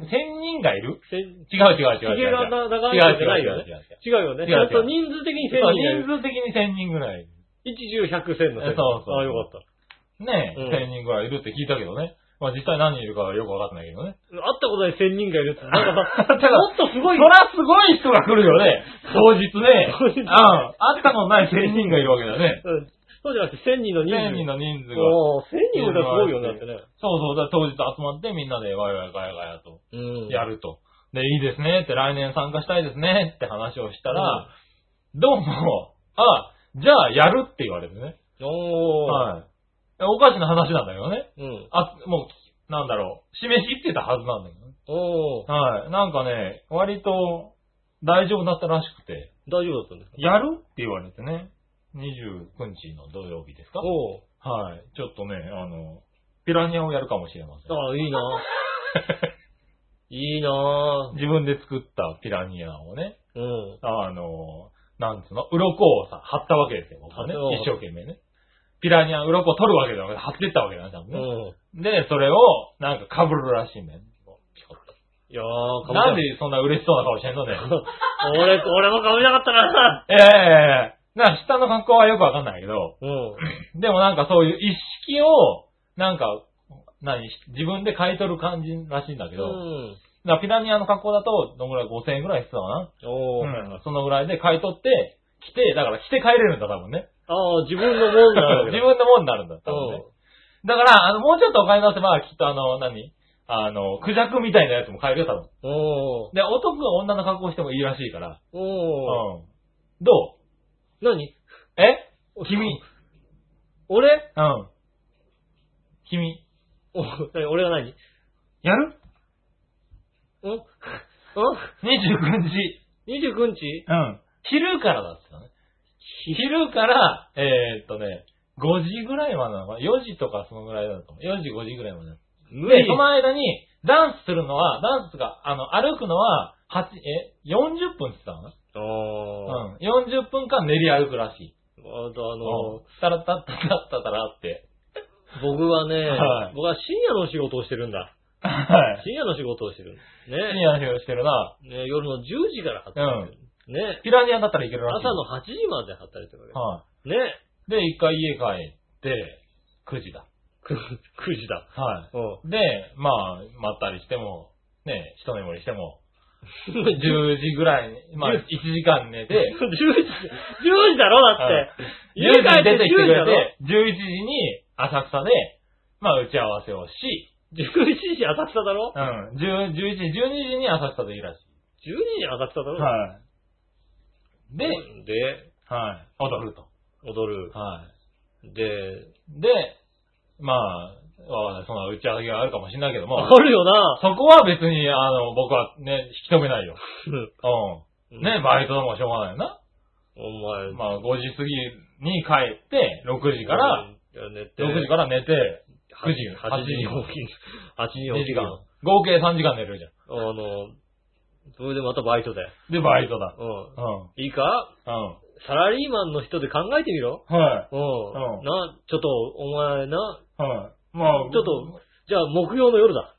1000
1000人、1000人がいる
千
違う違う違う違う。
地球が長い
違
わ
う
けじゃ
違
な
う
いよ
違う違う
ね。違うよね。
違う。違う違う
ちゃんと人数的に1000人がいる。
そう人数的に1000人ぐらい。
1、10、100、1000の線。
そうそう
ああ、よかった。
ねえ、
うん
1000人ぐらいいるって聞いたけどね。まあ実際何人いるかはよくわかんないけどね。
会ったことない1000人がいるって、なんかさ、
だ から
もっとすご
そ
い。
らすごい人が来るよね。当日ね。
当日
うん。会ったことない1000人がいるわけだね。
うんそうじゃなくて1000人の人数。
1000人の人数が。
おー1000人もいたらすごいよね、だってね。
そうそう。だから当日集まってみんなでワイワイガヤガヤと
うん
やると。で、いいですねって来年参加したいですねって話をしたら、どうも、あ、じゃあやるって言われてね。
おー。
はい。おかしな話なんだけどね。
うん。
あ、もう、なんだろう。示しってたはずなんだけどね。
おー。
はい。なんかね、割と大丈夫だったらしくて、
大丈夫だったんですか
やるって言われてね、29日の土曜日ですか
おー。
はい。ちょっとね、あの、ピラニアをやるかもしれません。
ああ、いいな いいな
自分で作ったピラニアをね、
うん。
あの、なんつうの、鱗をさ、貼ったわけですよ、僕はね
貼っ。
一生懸命ね。ピラニア、鱗を取るわけじゃなくて、貼ってったわけだね、多
う
分ね。
ん。
で、それを、なんか被るらしいんだよね。
いやー、かぶ
なんでそんな嬉しそうな顔してんのね。
俺、俺もかぶなかったな
ええな、下の格好はよくわかんないけど、
うん。
でもなんかそういう意識を、なんか、何、自分で買い取る感じらしいんだけど、
うん。
なピラニアの格好だと、どのぐらい5000円ぐらい必要か
おー。
な、うん、そのぐらいで買い取って、着て、だから着て帰れるんだ、多分 ね。
ああ、自分のもんだ。
自分のもんになるんだ、多分ね。だから、あの、もうちょっとお金出せば、きっとあの、何あの、クジャクみたいなやつも買えるよ、多分。
うん。おー。
で、男が女の格好してもいいらしいから。う
おー。
ん。ど
何
うえ君。
俺
うん。君。
お何俺が何ん
やる
ん
?29 日。
?29 日
うん。昼からだっつったね。昼から、えー、っとね、5時ぐらいまでなのかな ?4 時とかそのぐらいだと思う。4時、5時ぐらいまでだと思う。
無
で、
理
その間に、ダンスするのは、ダンスが、あの、歩くのは、8、え、40分って言ってたのか
ああ。
なうん。40分間練り歩くらしい。
あとあ
う
の
ん。たらたったたったたらって。
僕はね、
はい
僕は深夜の仕事をしてるんだ。
はい。
深夜の仕事をしてる。
い
ね
い話をしてるな。
ね夜の10時から働いてる。ね
ピラニアだったらいけるらしい。
朝の8時まで働いてるわ
は
け。ね
い。で、一回家帰って、9時だ。
9時だ。
はい。
うん。
で、まあ、待ったりしても、ね、一眠りして も、10
10
時ぐらいに、まあ、1
10
時間寝
で、10
て、
時、10時だろだって。
10時に出てきてく
10時だ
れ
ろ
て、11時に浅草で、まあ、打ち合わせをし、
11時浅草だろ
うん、10 11時、12時に浅草でいるらし
?12 時浅草だ
い。
ろ
はい。で、
い。で、
はい、踊ると。
踊る。
は
で、
い。で、まあ、わかんないその打ち上げがあるかもしれないけども、
あるよな。
そこは別に、あの、僕はね、引き止めないよ。
う
う。
んん
ね、バイトでもしょうがないよな。
お前、
まあ、5時過ぎに帰って、6時から、
うん、寝て、
6時から寝て、
8
9時
8時に起き る。8時に
2
起き
時
る
間
よ。。
合計3時間寝るじゃん。
あの、それでまたバイトで。
で、バイトだ。
うん。
うん。う
いいか
ん。
サラリーマンの人で考えてみろ。
は
うん。
うん
な、ちょっと、お前な、
い。はい。まあ、
ちょっと、じゃあ木曜の夜だ。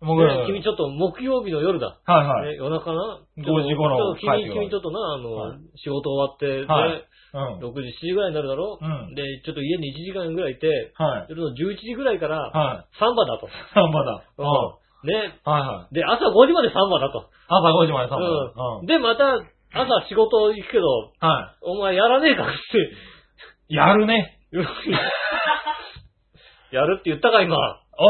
僕ら
ね
の、
君ちょっと木曜日の夜だ。
はいはい。
ね、夜中な。
5時頃
ちょっと君、
帰ってくる
君ちょっとな、あの、
はい
仕事終わって、ね
はいうん。
6時、7時ぐらいになるだろ。
うん
で、ちょっと家に1時間ぐらいいて、
はい。
夜の11時ぐらいから、
は
サンバだと。
い。サンバだ。うん。は
うん。ね。
いはい。
で、朝5時までサンバだと。
朝5時までサンバだ。
うん。で、また、朝仕事行くけど、
は
お前やらねえかって。
い。やるね。
やるって言ったか、今。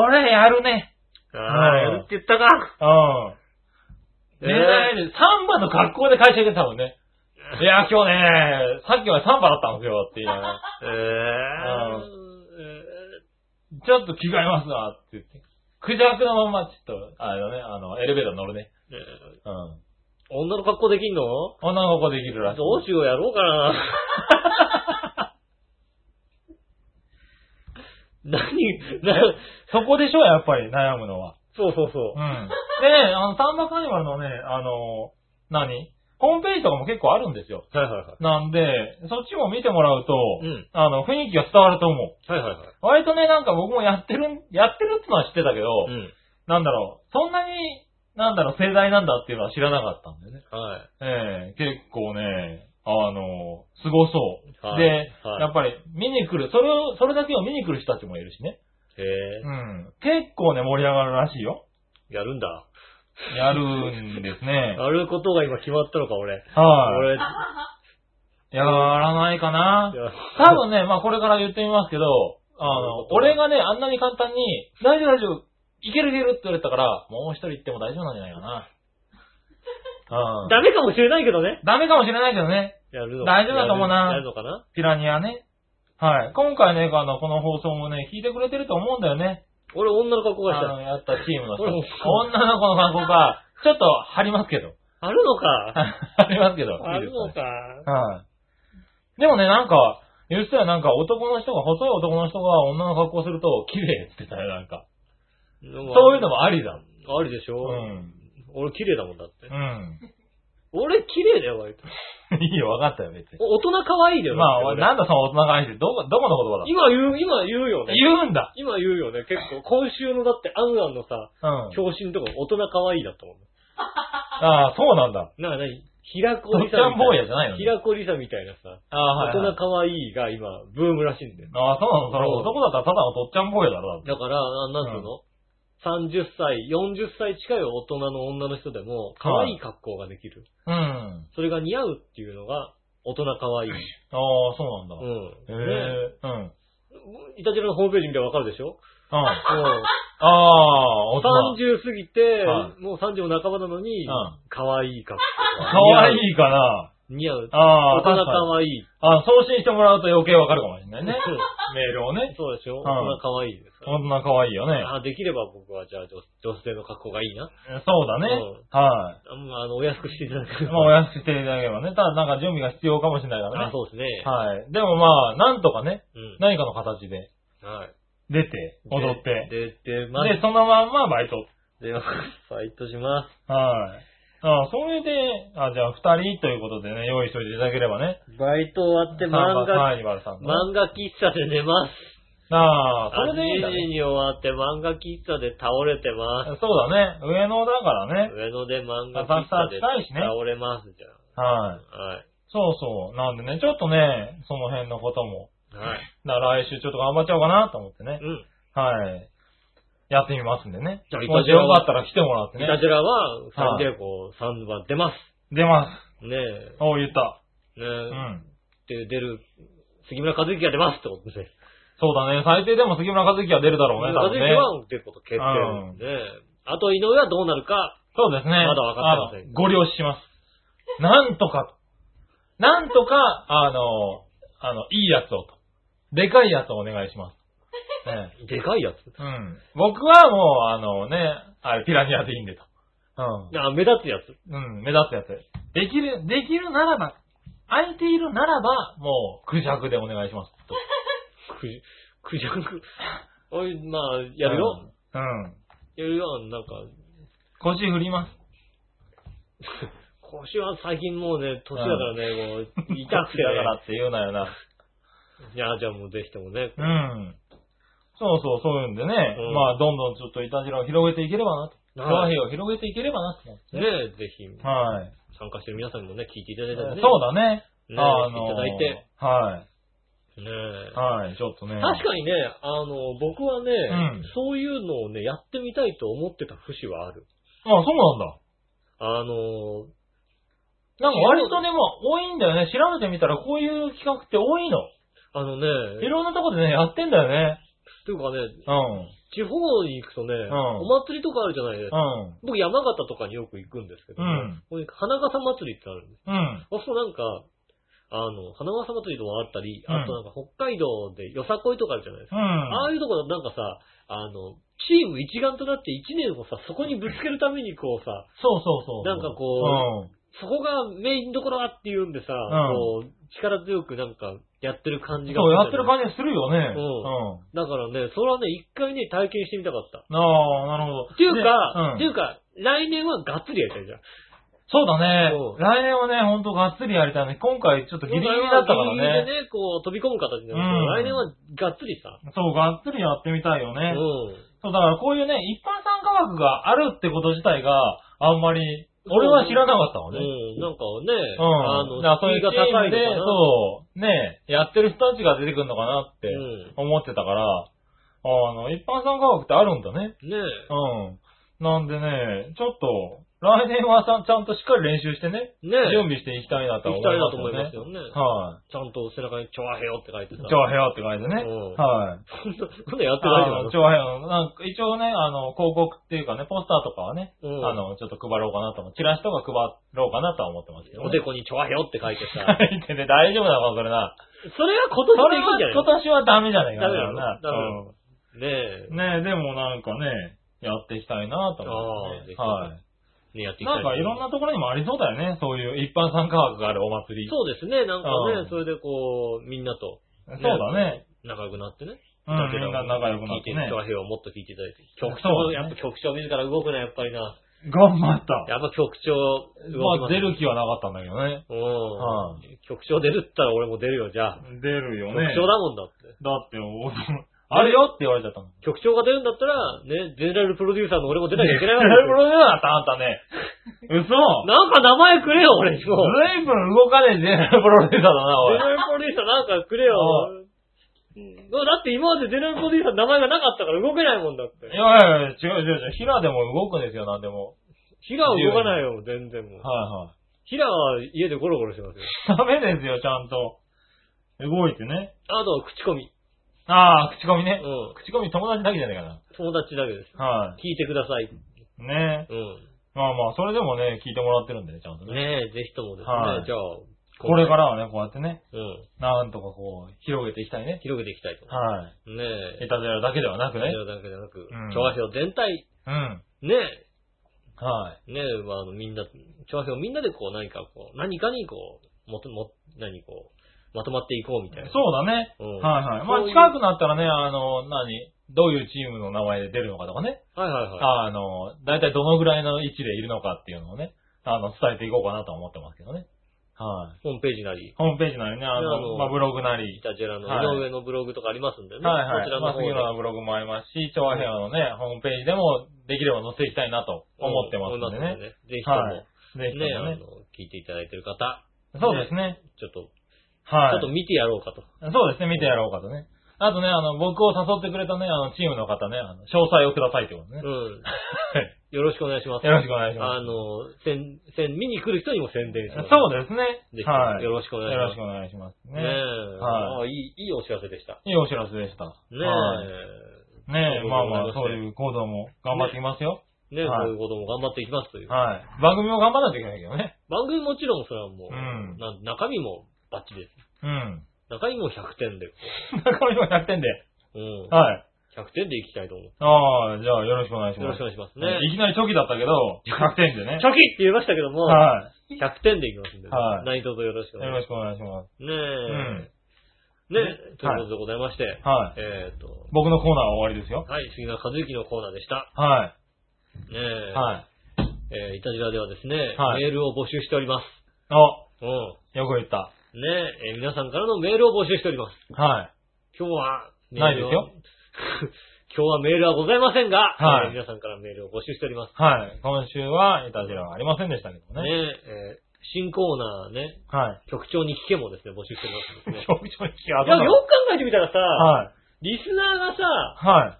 俺、やるね。
ああ、やるって言ったか。
う
え
ん。絶対ね、サンバの格好で会社行ってたもんね。いや、今日ね、さっきまでサンバだったんですよ、って言いなが ら。
え
あちょっと着替えますわ、って言って。クジャクのまんま、ちょっと、あれだね、あの、エレベーター乗るね。
えーえ
うん。
ー女の格好できんの
女の子できるらしい。
どうしようやろうかな。 何な、
そこでしょ、やっぱり悩むのは。
そうそうそうう。
ん。でね、あの、サンバカニバルのね、あの、何ホームページとかも結構あるんですよ。
はいはいはい。
なんで、そっちも見てもらうと、
うん。
あの、雰囲気が伝わると思う。
はいはいはい。
割とね、なんか僕もやってるん、やってるってのは知ってたけど、
うん。
なんだろう、そんなに、なんだろう、盛大なんだっていうのは知らなかったんでね。
はい。
ええ結構ね、あの、すごそう。
はい
で、
はい
やっぱり見に来る、それを、それだけを見に来る人たちもいるしね。
へえ、
うん。結構ね、盛り上がるらしいよ。
やるんだ。
やるんで すね。
やることが今決まったのか、俺。
は
俺、
い。やらないかな。多
多
分ね、まあこれから言ってみますけど、あ
そう
の、
い
俺
うこと
がね、あんなに簡単に、大丈夫大丈夫、いけるいけるって言われたから、もう一人行っても大丈夫なんじゃないかな。うん。
ダメかもしれないけどね。
ダメかもしれないけどね。
やるの
大丈夫だと思うな
やるやるのかな
ピラニアね。はい。今回ね、あの、この放送もね、聞いてくれてると思うんだよね。
俺、女の格好がし
あ
た。
の、やったチームの人。
俺も
女の子の観光か、ちょっと張りますけど。
あるのか。
張りますけど。
あ
いい
る
ですか
の
ね
か。
はい。でもね、なんか、言ってたよ、なんか男の人が、細い男の人が女の格好すると綺麗って言ってたよ、なんか。そういうのもありだ。
ありでしょ、
うん。
俺綺麗だもんだって。
う
俺綺麗だよ、割と。
ん。いいよ、わかったよ、別に。
お大人可愛いだよ。
まあ、
だって俺
なんだその大人が愛して、どこ、どこの言葉だ
今言う、今言うよね。
言うんだ
今言うよね、結構。今週のだって、アンアンのさ、
うん。
表紙のとこ、大人可愛いだったもん。
ああ、そうなんだ。
なんか何平子
どっ
り
ち
さ
ゃん坊や
み
じゃな
た
い
いな。
の
平子りさみたいなさ、
ああ、はい、
大
はい。
人可愛いが今、ブームらしいんだよ。
ああ、そうなのそれ男だったらただのとっちゃん坊やだろ、だって
だから、ななんつうの、?30 歳、40歳近い大人の女の人でも、可愛い格好ができる。
うん。あ
それが似合うっていうのが、大人可愛い。
あ、そうなんだ。
う
へえ、
ん。ね
うん。
いたじらのホームページ見ればわかるでしょ
うん。あ
うん。
あ、大人。
30過ぎて
は、
もう30も半ばなのに
うん、
可愛い格好。
かわいいかな。
似合う。
あ
大
あ、確
人
かに。
可愛い。
あ送信してもらうと余計わかるかもしれない ね。
そう
メールをね。
そうでしょ
ん
大人可愛いですから。
そんな可愛いよね。
あできれば僕はじゃあ女女性の格好がいいな。
そうだね。は
あまああの、お安くしていただ
い。
く。
まあ、お安くしていただければね。ただ、なんか準備が必要かもしれないから
あ
ね。
そうですね。
はい。でもまあ、なんとかね、
うん
何かの形で
はい。
出て、踊って。
で、で、でま
で、そのまんまバイト。
で、バイトしま
はい。あそれで、あ、じゃあ、二人ということでね、用意しておいていただければね。
す。バイト終わって漫
サンバカ
画、
ーニバルさんの。
漫画喫茶で寝ます。
ああ、
あ
それでいいんだ
2時
ね。
に終わって漫画喫茶で倒れてま
そうだね。上野だから
す。
ね。
上野で漫画喫茶で
浅草近いしね
倒れますじゃん。
はい。
はい。
そうそう。なんでね、ちょっとね、その辺のことも。
はい。
だから来週ちょっと頑張っちゃおうかなと思ってね
う。ん。はい
はい。やってみますんでね。
じゃあ
もしよかったら来てもらって
いた
ね。
じらは、サンデーゴ3番出ま。
出ます
ねえ
す。。おう、言った。
ねえ。
うん。
で、出る、杉村和之が出ますってことですね。
そうだね。最低でも杉村和樹は出るだろう
杉
ね、
村
多
和之
分ね。
は出ること決定ですね。あと、井上はどうなるか。
そうですね。
まだ分かってません
あのご了承します。なんとか、なんとか、あの、あの、いいやつをと。でかいやつをお願いします。ええ
でかいやつ。
うん。僕はもう、あのね、あれピラニアでいいんでと。
あ目立つやつ。
うん。うん、目立つやつ。できる、できるならば、空いているならば、もう、クジャクでお願いします。と
くじ、くじゃく。 おい、まあ、やるよ。。
うん。うん
やるよ。なんか、
腰振ります。
腰は最近もうね、年だからね、もう、痛く て、ね、
だからって言うなよな。
いや、じゃあもうぜひともね。
うん。そうそう、そういうんでね。
うん
まあ、どんどんちょっといたじらを広げていければなと。
はい
商品を広げていければなと思って
ね
ね。
ぜひ、
はい。
参加してる皆さんにもね、聞いていただいた
そ
ら
う
ね。
だね。
ね
の
いただいて。
は
ね
い。はい、ちょっとね。
確かにね、あの、僕はね、
うん
そういうのをね、やってみたいと思ってた節はある。
あ、そうなんだ。
あの、
なんか割とね、もう多いんだよね。調べてみたらこういう企画って多いの。
あのね、
いろんなとこでね、やってんだよね。
というかね、
うん。
地方に行くとね、
ん
お祭りとかあるじゃないです
う
か。
ん。
僕山形とかによく行くんですけど、
うん
ここに花笠祭りってあるんです。
うん。
そうするとなんか、あの、花笠祭りとかあったり、
うん
あとなんか北海道でよさこいとかあるじゃないです
う
か。ああいうとこなんかさ、あの、チーム一丸となって一年をさ、そこにぶつけるためにこうさ、
そうそうそう。
なんかこ
う、うん。
そこがメインどころだって言うんでさ、
う
こう、力強くなんかやってる感じが
そう、やっ
す
て
る
る
じゃない。
感じするよね。
う
うんん。
だからね、それはね、一回ね、体験してみたかった。
ああ、なるほど。
っていうか、
ね
ってい
うん
うか、来年はがっつりやりたいじゃん。
そうだね
そう。
来年はね、ほんとがっつりやりたいね。今回ちょっとギリギリだったから
ギリギリ
ね。
でね、こう、飛び込む形になるけど、
うん
来年はがっつりさ。
そう、がっつりやってみたいよ
う
ね。
ん。
そう、だからこういうね、一般参加枠があるってこと自体が、あんまり、俺は知らなかった
う
わね。
ん、なんかね、
う
あ
ん。
の、
だからそうい
敷居
う
が高い
チームで
のかな。
そう、ね、やってる人たちが出てくるのかなって
うん
思ってたから、あの、一般参加枠ってあるんだね。
ね
うん。なんでね、ちょっと、来年はさちゃんとしっかり練習してね、
え。ねえ。
準備していきたいなと
行
は思
き
い
たいなと
ます
思
よ
いますよね。
ね。は
ちゃんと背中に、チョアヘヨって書いて
い。
さ。
超ヘアって書いて
う
ね。
ん
はい。
そんな、そんなやってないよ
あの、。超ヘア、なんか一応ね、あの、広告っていうかね、ポスターとかはね、
うん
あの、ちょっと配ろうかなと思って、チラシとか配ろうかなとは思ってますけ
お
ど、ね。
でこにチョアヘヨって書いてさ。
書いてね、大丈夫なのか、それな。
それは今
そ
年でい
れ
いんじゃな
は
い
今年はダメじゃないか
ダメだろダメ
な。
だろね
うんねえ、でもなんかね、やっていきたいなと思って、ね。
ああ
は
え。ねやってい
い。
きたい。
なんかいろんなところにもありそうだよね。そういう一般参加枠があるお祭り。そう
そうですね、なんか
う
ね
ん、
それでこう、みんなと
だね。
仲良くなってね。
うん、みんな仲良くなっ
聞
て
いて、
ね
調。和兵をもっと聞いていただいて。局
そ
長、
うだ
やっ
ね
ぱ局長自ら動くな、やっぱりな。
頑張った。
やっぱ局長、動き
まあ
す
出る気はなかったんだけどね。
う
は
ん。局長出るったら俺も出るよ、じゃあ。
出るよ
局
ね。
長だもんだって。
だって、おあれよって言われちゃったの。
局長が出るんだったら、ね、ゼネラルプロデューサーの俺も出なきゃいけないわ
プ
けですよ
ロデューサーだった、あんたね。嘘
なんか名前くれよ、俺にも。
ずいぶん動かねえゼネラルプロデューサーだな、お
ゼネ
い。
ラルプロデューサーなんかくれよ。
お
うんだって今までゼネラルプロデューサーの名前がなかったから動けないもんだって
い。やいやいや、違う違う違う。ヒラでも動くんですよ、なんでも。
ヒラは動かないよ、全然もう。
は
ヒラは家でゴロゴロしてますよ。
いはい。ダメですよ、ちゃんと。動いてね。
あと、口コミ。
ああ、口コミ
うん。
ね。口コミ友達だけじゃないかな。
友達だけです。
は
聞いてください。
い。ねえ。
う
まあまあ、それでもね、聞いてもらってるんでね、ちゃんと
ん。
ね。
ねえ、ぜひともですね。
はい
じゃあ、
これからはね、こうやってね、
うん。
なんとかこう、広げていきたいね。
広げていきたいと。
は
ね
い。
え
い。たずらだけではなくね。
ラだけじゃなく
うん、
調和票全体、
うん。
ねえ、
はい。
ねえ、まあ、あの、みんな、調和票みんなでこう、何かこう、何かにこう、もと、も、何こう、まとまっていこうみたいな。
そうだね。
うん
はいはい。ま
そ
あ
ういう
近くなったらね、あの、何どういうチームの名前で出るのかとかね。
はいはいはい。
あの、だいたいどのぐらいの位置でいるのかっていうのをね、あの、伝えていこうかなと思ってますけどね。はい。
ホームページなり、
ホームページなりね、あ
いやあの
の、まあブログなり。
イタジェラの
はい
井上のブログとかありますんでね。
は
こ
いはい。
ちらの
まあ
方
杉
に
浦のブログもありますし、調和平和のね、ホームページでもできれば載せていきたいなと思ってますん
思い
で
ますんでね。
ね。
ぜひとも、ね、あ
はい。ぜひとも
の
ね。、
聞いていただいてる方、
そうですね。
ちょっと、
は
ち
い。
ょっと見てやろうかと。
そうですね、見てやろうかとね。あとね、あの、僕を誘ってくれたね、あの、チームの方ね、あの詳細をくださいってことね。
うん。よろしくお願いします。
よろしくお願いします
あの、せん、せん、見に来る人にも宣伝してもら
そうですね。
ぜひ
はい。
よろしくお願いします
よろしくお願いします
ねえ。
ね。
ああ、
はい
いい、いいお知らせでした。
いいお知らせでした。
ね
はい
え。
ねえ、まあまあ、
そ
そうう
いうことで
いう行動も頑張っていきますよ。
ねえ、
は
そ
い
ういうことも頑張っていきますという。
はい。番組も頑張らなきゃいけないけどね。
番組もちろんそれはもう、
うん
な中身もバッチリです。
うん。
中身も100点で、
中身も100点で。
うん。
はい。
100点でいきたいと思う。
ああ、じゃあよろしくお願いし
よろ
ま
し
す。
くお願いします
ねい
ね。
きなりチョキだったけど、100点でね
チ。ョキって言いましたけども、
は
100点でいきますんで、
は
何
い
卒よろしく
い。
お
よ
願い
ろ
し
しくお願いし
ま
ます。
す。ねえ。
うん
ね
ね
ということでございまして、
はい。
えっ、ー、と、
僕のコーナーは終わりですよ。
はい、杉村和之のコーナーでした。
は
ね
い。
え、
はい。
えー、イタジラではですね、
はい
メールを募集しております。
あ、
うん。
よく言った。
ねえ、えー皆さんからのメールを募集しております。
はい。
今日は、
ないですよ。
今日はメールはございませんが、
はい
えー皆さんからメールを募集しております。
はい。今週は、いたじらはありませんでしたけ
ね
どね。
え、えー新コーナーね、
はい。
局長に聞けもですね、募集しておりますんで
正
すね。
直、あ
いや、よく考えてみたらさ、
はい。
リスナーがさ、
はい。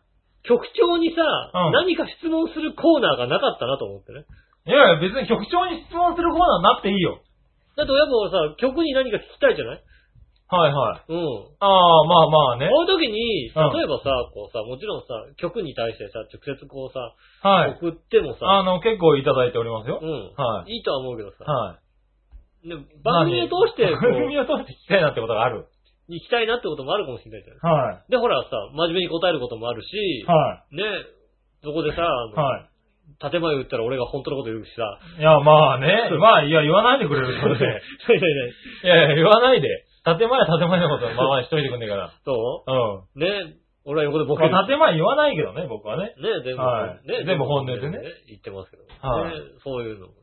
局長にさ、
うん
何か質問するコーナーがなかったなと思ってね。
いやいや、別に局長に質問するコーナーになっていいよ。
だって親もさ、曲に何か聞きたいじゃない
はいは
う
い。
ん。
ああ、まあまあね。
こういう時に、例え
うん
ばさ、こうさ、もちろんさ、曲に対してさ、直接こうさ、
はい。
送ってもさ、
あの、結構いただいておりますよ
う。ん、
は
い
い
とは思うけどさ、
はい。
で番組を通してこ
番組
う、
を通して聞きたいなってことがある。
行きたいなってこともあるかもしれないじゃない
は
で、ほらさ、真面目に答えることもある
い。
し、
は
ね、そこでさ、あ
い。
の
は
建前を言ったら俺が本当のこと言うしさ、
い。いや、まあね。まあ、いや、言わないでくれる
そ
そうれで。
ね、
いやいや、言わないで。建前は建前のことまあまあにしといてくんねえから。
そ
うん。
うね、俺は横でボ
僕
ケる
は建前言わないけどね、僕はね。
ね、全部、
はい
ね、
全部本音でね。
言ってますけど、ね
はい、
そういうのもね、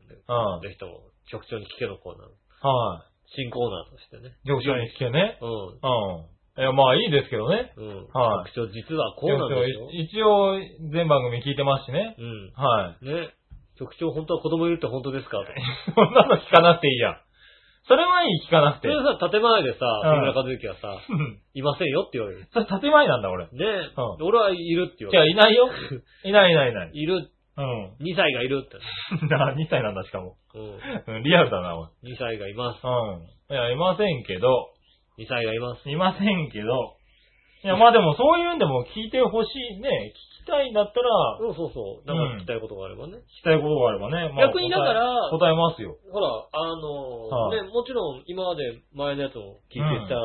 うん。
ぜひとも、局長に聞けのコーナー、
は
新コーナーとしてね。
い。局長に聞けね。
う
うん。いや、まあいいですけどね。
ん。うん。
はい
局長、実はこうなんですよ。
一応、全番組聞いてますしね。
うん。
はい。
ね。局長、本当は子供いるって本当ですかと。
そんなの聞かなくていいじゃん。それはいい、聞かなく
そ
て。
れでさ、建前でさ、
うん
木村和之はさ、
うん
いませんよって言われる。
それ建前なんだ、俺。い
ね、俺はいるって言わ
や、
れる。
いないよ。 いないいないいない。
いる、
うん。
2歳がいるって。
な、2歳なんだ、しかも。
うん。
うん、リアルだな、おい。
2歳がいます。
うん。いや、いませんけど、
2歳がいます。
いませんけど、いや、まあでも、そういうんでも聞いてほしいね。聞きたいんだったら、聞
そうそうそう。なんか聞きたいことがあればね。
きたいことがあればね。まあ
逆にだから
答え答えますよ。
ほら、あの、
はい
ね、もちろん今まで前のやつを聞いてた、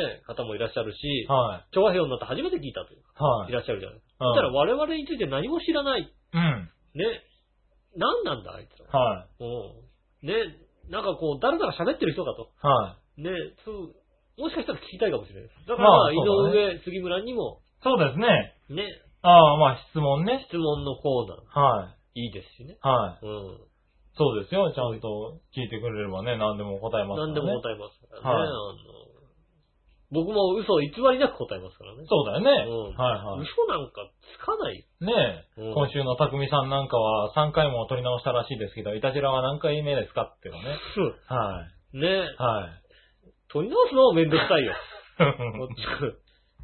ね、方もいらっしゃるし、
は
調和表になって初めて聞いたという
い。はいい。
らっしゃるじゃない。
う
そ
ん
したら我々について何も知らない。
うん。
ね。何なんだ、あいつら。
は
うん。ね、なんかこう、誰かが喋ってる人かと。
い。はい。
ね、そう、もしかしたら聞きたいかもしれないです。だから、
まあ
井
そうだ
上、杉村にも、
そうですね。
ね、
ああ、まあ、質問ね。
質問のコーナー、
はい
いですしね。
い。はい。
うん。
そうですよ。ちゃんと聞いてくれればね、何でも答えますから
何で
ね。
も答えますからね。あ
はい
の僕も嘘を偽りなく答えますからね。
そうだよ
う
ね。
ん
はいはい。
嘘なんかつかない。
ねえ、
うん
今週の匠さんなんかは3回も撮り直したらしいですけど、いたじらは何回目ですかっていうのね。
ね
はい。はい。
取り直すのもめんどくさいよ。こっち、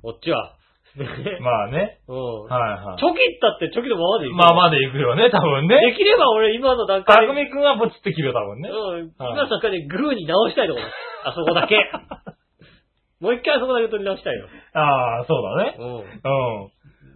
こっちは。ね
まあね。
うん。
はいはい
チ。ョキったってチョキのままでいい。
まあまでいくよね、多分
で
ね。
きれば俺今の段階で。
匠くんはブチって切るよ、多分ね。
うん。
はい
今さっきでグーに直したいところ。あそこ だけ。もう一回あそこだけ取り直したいよ。
ああ、そうだね。
うん。
うん。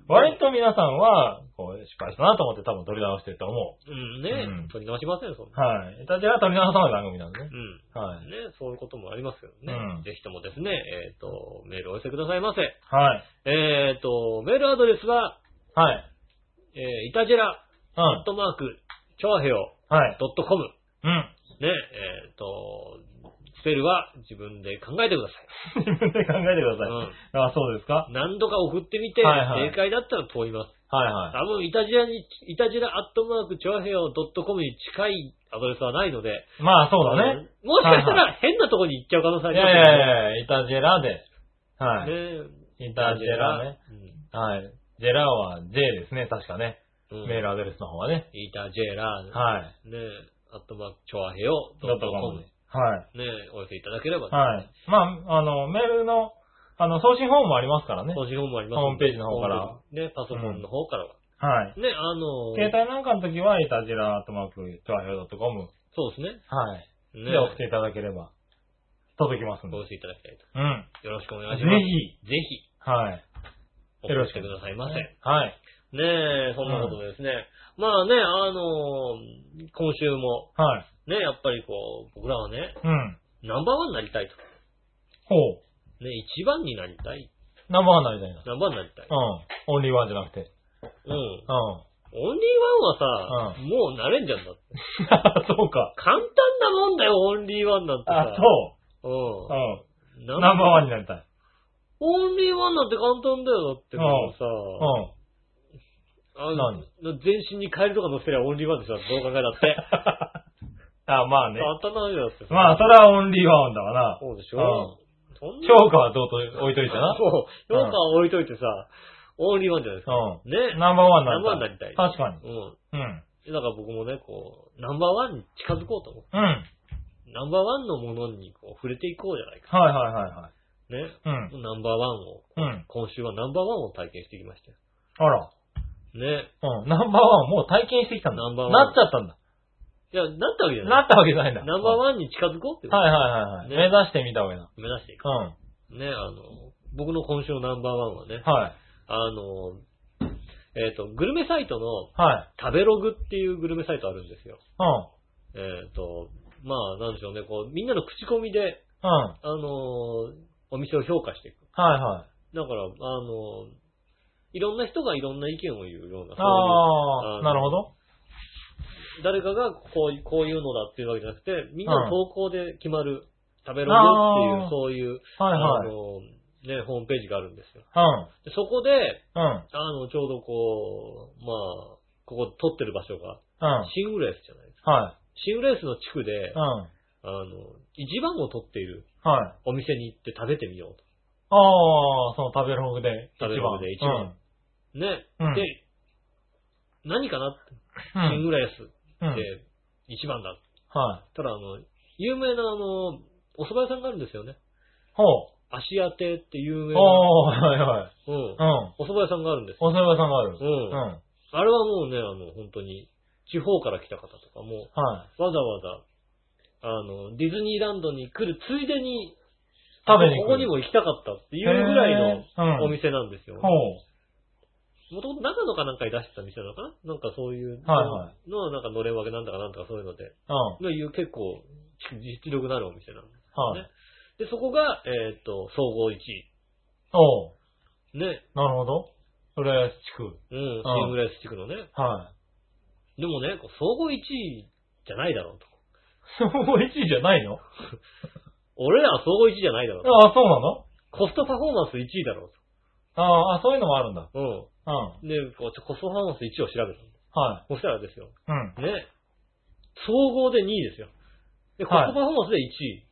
割と皆さんは、こう、失敗したなと思って多分撮り直してると思
うんね、
うん
取り直しませんよ、そんな。
う。はい。いたじらは撮り直さない番組なんでね
う。ん。
はい。
ね、そういうこともありますよね。
うん
ぜひともですね、えっ、と、メールをお寄せくださいませ。
はい。
えっ、と、メールアドレスは、
はい。
えー、いたじら、
う
アッ
ん。
トマーク、チョアヘオ、
はい。
ドットコム。
うん。
ね、えっ、と、スペルは自分で考えてください。
自分で考えてくださ
う
い。
ん
あ、そうですか
何度か送ってみて、
はいはい
正解だったら問います。
はい
多
はい。
分、いたじらに、いたじらアットマーク、チョアヘオ、ドットコムに近いアドレスはないので、
まあ、そうだね。
うんもしかした
は
ら変なとこに行っちゃう可能性あ
い
ります
やい
よね。
やいや、イタジェラで。はい。
ね
イタジェラね。はい。ジェラは J ですね、確かね。
うん。
メールアドレスの方はね。
イタジェラー
はい。
ね、アットマーク、チョアヘオ、ド
ド
ッ
ッ
ト
ト
コ
コ
ム
ム。。はい。
ね、お寄せいただければ、
はい。まあ、あの、メールの、あの、送信フォームもありますからね。
送信フォームもあります
ホームページの方から。
ホームページね、パソコンの方からは。
はい。
ね、あのー、
携帯なんかの時は、イタジェラとマーク、トワヘオ .com。
そうですね。
はい。
ね
で、送っていただければ、届きますんで。
お
う
寄せいただきたい
ん。
と。よろしくお願いします。
ぜ
ひ。ぜひ、
ひ。はい。
送
よろし
っ
く
てくださいませ。ね
はい。
え、そんなことでですね。まあね、あのー、今週も、
はい。
ね、やっぱりこう、僕らはね、
うん。
ナンバーワンになりたいと。
ほう。
ね、一番になりたい。
ナンバーワンなりたいな。
ナンバーワンになりたい。
うん。オンリーワンじゃなくて。
うん。
うん。
オンリーワンはさ、もう慣れんじゃんだって。
そうか。
簡単なもんだよ、オンリーワンなんて
あ
さ、。
そうう。
ん。
う
ナ
ん。ナンバーワン
ン。
になりたい。
オンリーワンなんて簡単だよ、だってもうさ、
うん。
あ
何
の全身にカエルとか乗せてりゃオンリーワンでしょ、どう考えたって。
あ、まあね。
簡単なんだよ、だってさ。
まあ、それはオンリーワンだわな。
そうでし
うん
ょ。そんな
評価はどうと置いといてな。
そう、評価は置いといてさ、オンリーワンじゃないですか。
う
ね。
ん。ナンバーワンになりたい。
ナンバーワンになりたい
確かに。
うん。だから僕も
うん。
ね、こう、ナンバーワンに近づこうと思う。
うん。
ナンバーワンのものにこう触れていこうじゃないか。
はいはいはいはい。
ね。
うん。
ナンバーワンを、
うん。
今週はナンバーワンを体験してきましたよ。
あら。
ね。
うん。ナンバーワンもう体験してきたんだ。
ナンバーワン
なっちゃったんだ。
いや、なったわけじゃない。
なったわけじゃないんだ。
ナンバーワンに近づこうってこと
はいはいはいはい。
ね
目指してみたわけだ。
目指していく
う。ん。
ね、あの、僕の今週のナンバーワンはね、
はい。
あの、えっ、と、グルメサイトの
はい。
食べログっていうグルメサイトあるんですよ。
うん。
えっ、と、まあ、なんでしょうね、こう、みんなの口コミで、
うん。は
あのーお店を評価していく。
いはい。
だから、あのーいろんな人がいろんな意見を言うような、そうあの
ああ、なるほど。
いう誰かがこういこういうのだっていうわけじゃなくて、みんなの投稿で決まる食べログってい
あー
う、そういう、
は
あ
いはい。
のーね、ホームページがあるんですよ。
う
でそこで、
ん。うん。
あの、ちょうどこう、まあ、ここ撮ってる場所が、
うん。
シングレースじゃないですか。
は
シングレースの地区で
い。う、ん。
あの、一番を撮っている
はい。
お店に行って食べてみようと。
ああ、その食べログで一番。
食べログで一番ね。
うん
で、何かなってシ
う
ン
ん。
グレース
うん。うん
っ。て一番だ。
はい。
ただ、あの、有名なあの、お蕎麦屋さんがあるんですよね。
ほう。
足当てって有名
あ
な、
あ、はいはい。
うん
う、ん。
お蕎麦屋さんがあるんですよ。
お世話さんがあ
う。
る。うんん。
あれはもうね、あの、本当に、地方から来た方とかも、
はい。
わざわざ、あの、ディズニーランドに来るついでに、
食べに行く
ここにも行きたかったっていうぐらい
へーうん
のお店なんですよ。
ほう。
もともと長野かなんかに出してた店なのかななんかそういう、
はいは
のはなんかのれん分けなんだかなんだかそういうので、
うん。
のいう結構実力のあるお店なんで
はい。
す。で、そこが、えっ、と、総合1位。
おう。
ね。
なるほど。それ、地区。
うん、
ああ
シングレース地区のね。
はい。
でもね、こう総合1位じゃないだろうと。
総合1位じゃないの
俺らは総合1位じゃないだろうと。
ああ、そうなの
コストパフォーマンス1位だろう
あーあ、そういうのもあるんだ。
と。うん。
うん。
で、こうちょコストパフォーマンス1を調べたの。
は
そしたらですよ、
い。うん。
ね、総合で2位ですよ。で、コストパフォーマンスで1位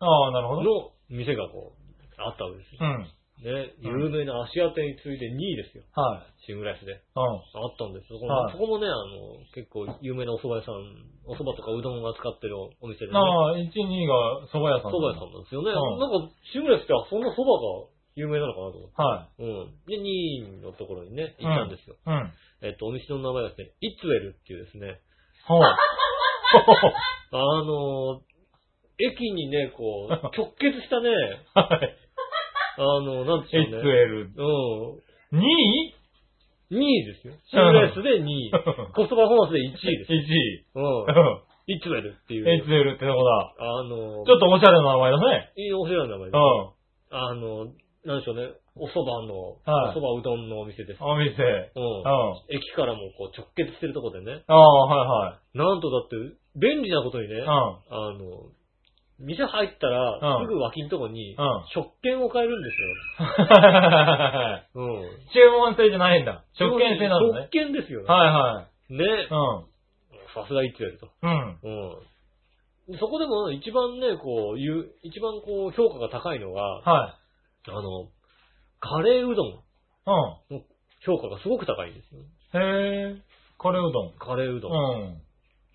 ああ、なるほど。
の店がこう、あったわけです
う
よ。
ん。
ね、
うん
有名な足当てに次いで2位ですよ。
はい。
シングライスで。
うん。
あったんですよ。そこ,、
はい
そこもね、あの、結構有名なお蕎麦屋さん、お蕎麦とかうどんを扱ってるお店で、ね、
ああ、1、2が蕎麦屋さん。
蕎麦屋さんなんですよね。
うん
なんか、シングライスってあそんな蕎麦が有名なのかなと思って。
ん。は
うん。で、2位のところにね、行ったんですよ。
い。うん。
えっと、お店の名前がですね、イッツウェルっていうですね、
ほう。
あの、駅にね、 こう、直結したね、
はい。
あの、なんていうんでしょうね。
SL。2位
うん。2位ですよ。シングライスで2位。コストパフォーマンスで1位です。
?1 位。
うん
う。ん。
イッツウェルっていう、
SL ってとこだ。
あの、
ちょっとおしゃれな名前だね。
いいお世話の名前
う
です。。
ん
あの、なんでしょうね、お蕎麦の、
は
お
い
蕎麦うどんのお店です。
お店。
う
うんん。。あ
駅からもこう直結してるとこでね、
あ、は
なんとだって、便利なことにね、
い
あ
は
の、店入ったら
う、ん
すぐ脇のとこに
うん、
食券を買えるんで
い。
すよ。うん。
うん。注文制じゃないんだ。食券制なんだね
食。券ですよね。
はいはい。
ね。
う
さすがイッツウェルと。
ん。うん。
うん。でそこでも一番ね、こう、いう一番こう、評価が高いのが、
はい。
あの、カレーうどん。
う
評価がすごく高いんですよ。
ん。へえ。カレーうどん。
カレーうどん。
うん。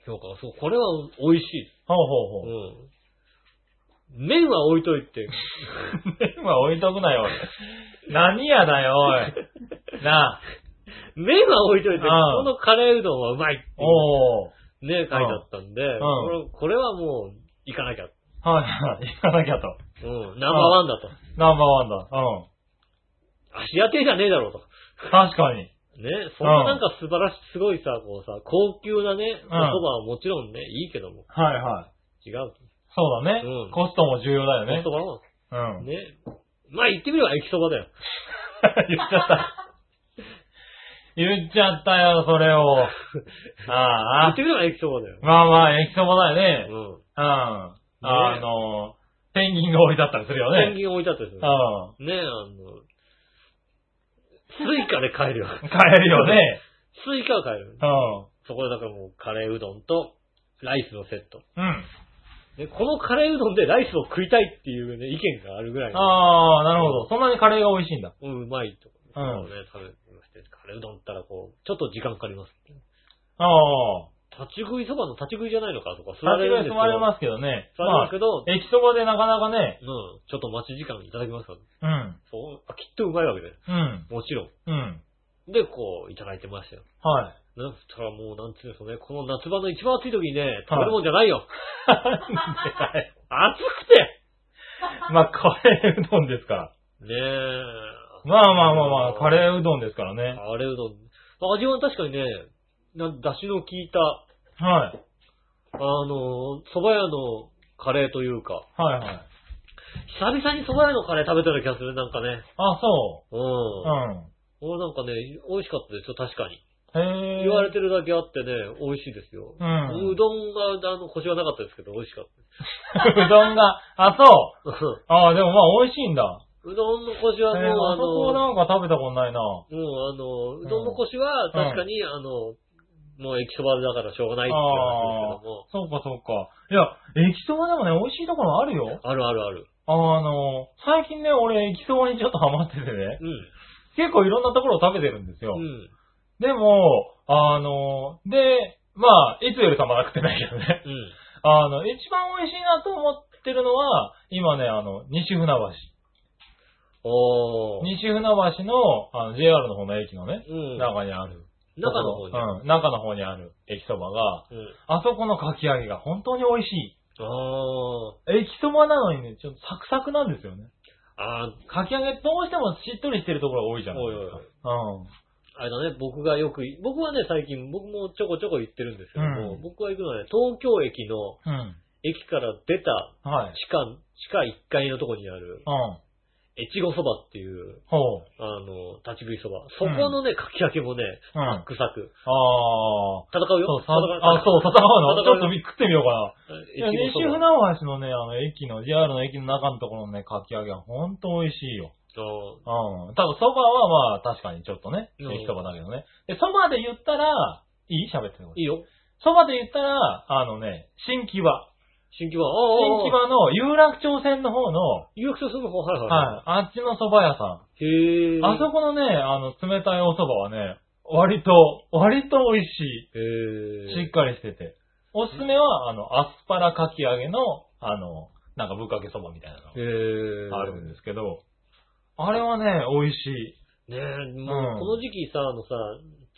評価がすごい。これは美味しい。
ほうほうほう。
うん。麺は置いといて。
今置いとくなよ、おい何やだよ、おい。なあ。
麺は置いといて、
うん
このカレーうどんはうまいっていう
おー。
ね、書いてあったんで、これこれはもう、行かなきゃ。
はいはい。行かなきゃと。
うん。ナンバーワンだと。
ナンバーワンだ。うん。
足当てじゃねえだろうと。
確かに。
ね、そんななんか素晴らしい、すごいさ、こうさ、高級なね、お蕎
ん
麦はもちろんね、いいけども、
はいはい。
違う。
そうだね。
うん
コストも重要だよ
お蕎
ね
麦。は、
うん。
ね、まあ言ってみれば駅蕎麦だよ。
言っちゃった。 言っちゃったよ、それ を。
言
あ
っ
あ
て。みれば駅蕎麦だよ。
まあまあ、駅そばだよね。
うん。
うん。あの、ペンギンが置いてあったりするよ
ペン
ね。
ギン置いてあったりする
う。ん。
ねえ、あの、スイカで買えるよ。
買えるよね。
スイカは買える。
うん。
そこでだからもうカレーうどんとライスのセット。
うん。
で、このカレーうどんでライスを食いたいっていうね、意見があるぐらいの。
ああ、なるほど。そんなにカレーが美味しいんだ。
うん、うまいと。
うん
そうね、食べてまして。カレーうどんったらこう、ちょっと時間かかります。
ああ。
立ち食いそばの立ち食いじゃないのかとか、
それ
ん
は
です
済
よ
まれますけどね。
座れま
ますあ
け、ど、
駅そばでなかなかね、
うん、ちょっと待ち時間いただきますから。
うん、
そう、あきっとうまいわけだよ。
うん、
もちろ
うん。
ん。で、こう、いただいてましたよ。
はい。
なんつったらもう、なんつうんですかね、この夏場の一番暑い時にね、食べるもんじゃないよ。
はい
暑くて
まあ、カレーうどんですから。
ねえ。
まあまあまあまあ、カレーうどんですからね。
カレーうどん。味は確かにね、な、だしの効いた、
はい。
あの、蕎麦屋のカレーというか、
はいはい。
久々に蕎麦屋のカレー食べたような気がする、なんかね。
あ、そうう。
ん。
うん。
俺なんかね、美味しかったですよ、確かに。
へえ。
言われてるだけあってね、美味しいですよ。
うん
うどんが、あの、腰はなかったです けど、美味しかっ
うどんが、あ、そう。
た。
ああ、でもまあ美味しいんだ。
うどんの腰は
えー
も
あそこ
う、あの、
なんか食べたことないな。
もうあの、うどんの腰は確かに、あの、もう駅そばだからしょうがないっていう話ですけども。
そうかそうか。いや、駅そばでもね、美味しいところあるよ。
あるあるある。
あの、最近ね、俺駅そばにちょっとハマってて
う
ね、結構いろんなところを食べてるんですよ。
ん。うん。
でも、あの、で、まあ、いつよりかまだ食ってないけどね。
うん。
あの、一番美味しいなと思ってるのは、今ね、あの、西船橋。
おー。
西船橋の、あの、JR の方の駅のね、
うん。
中にある。
中の方に。
うん、中の方にある駅そばが、
うん。
あそこのかき揚げが本当に美味しい。
あー。
駅そばなのにね、ちょっとサクサクなんですよね。
あー、
かき揚げどうしてもしっとりしてるところが多いじゃないですか。
おいあれだね、僕がよく、僕はね、最近、僕もちょこちょこ行ってるんですけども、
うん
僕が行くのはね、東京駅の、
うん。うん。
駅から出た
はい。
地下、地下1階のとこにある、
うん。
越後そばっていう、
ほう。
あの、立ち食いそば。そこのね、かき揚げもね、
うん
サックサク。
あー。
戦うよ。
そう、さ
戦う
あ、そう、戦うのちょっ
戦うよ
とび食ってみようかな。いや、
越
西
後
船
そば。あ
橋のね、あの、駅の、JR の駅の中のところのね、かき揚げは本当美味しいよ。
ー
うん。ただ、そばはまあ、確かにちょっとね、
うん
駅そばだけどね。で、そばで言ったら、いい喋ってる
いいよ。
そばで言ったら、あのね、新木場。
新規は、あ
新
あ、
木場の有楽町線の方の、はい、
有楽町する方、はいはい。
あっちの蕎麦屋さ
い。へえ。
ん。あそこのね、あの、冷たいお蕎麦はね、割と、割と美味し
へえ。
い。しっかりしてて。おすすめは、あの、アスパラかき揚げの、あの、なんかぶっかけ蕎麦みたいな
へ
の
え。
があるんですけど、あれはね、美味しい。
ねえ、も
う
う、
ん
この時期さ、あのさ、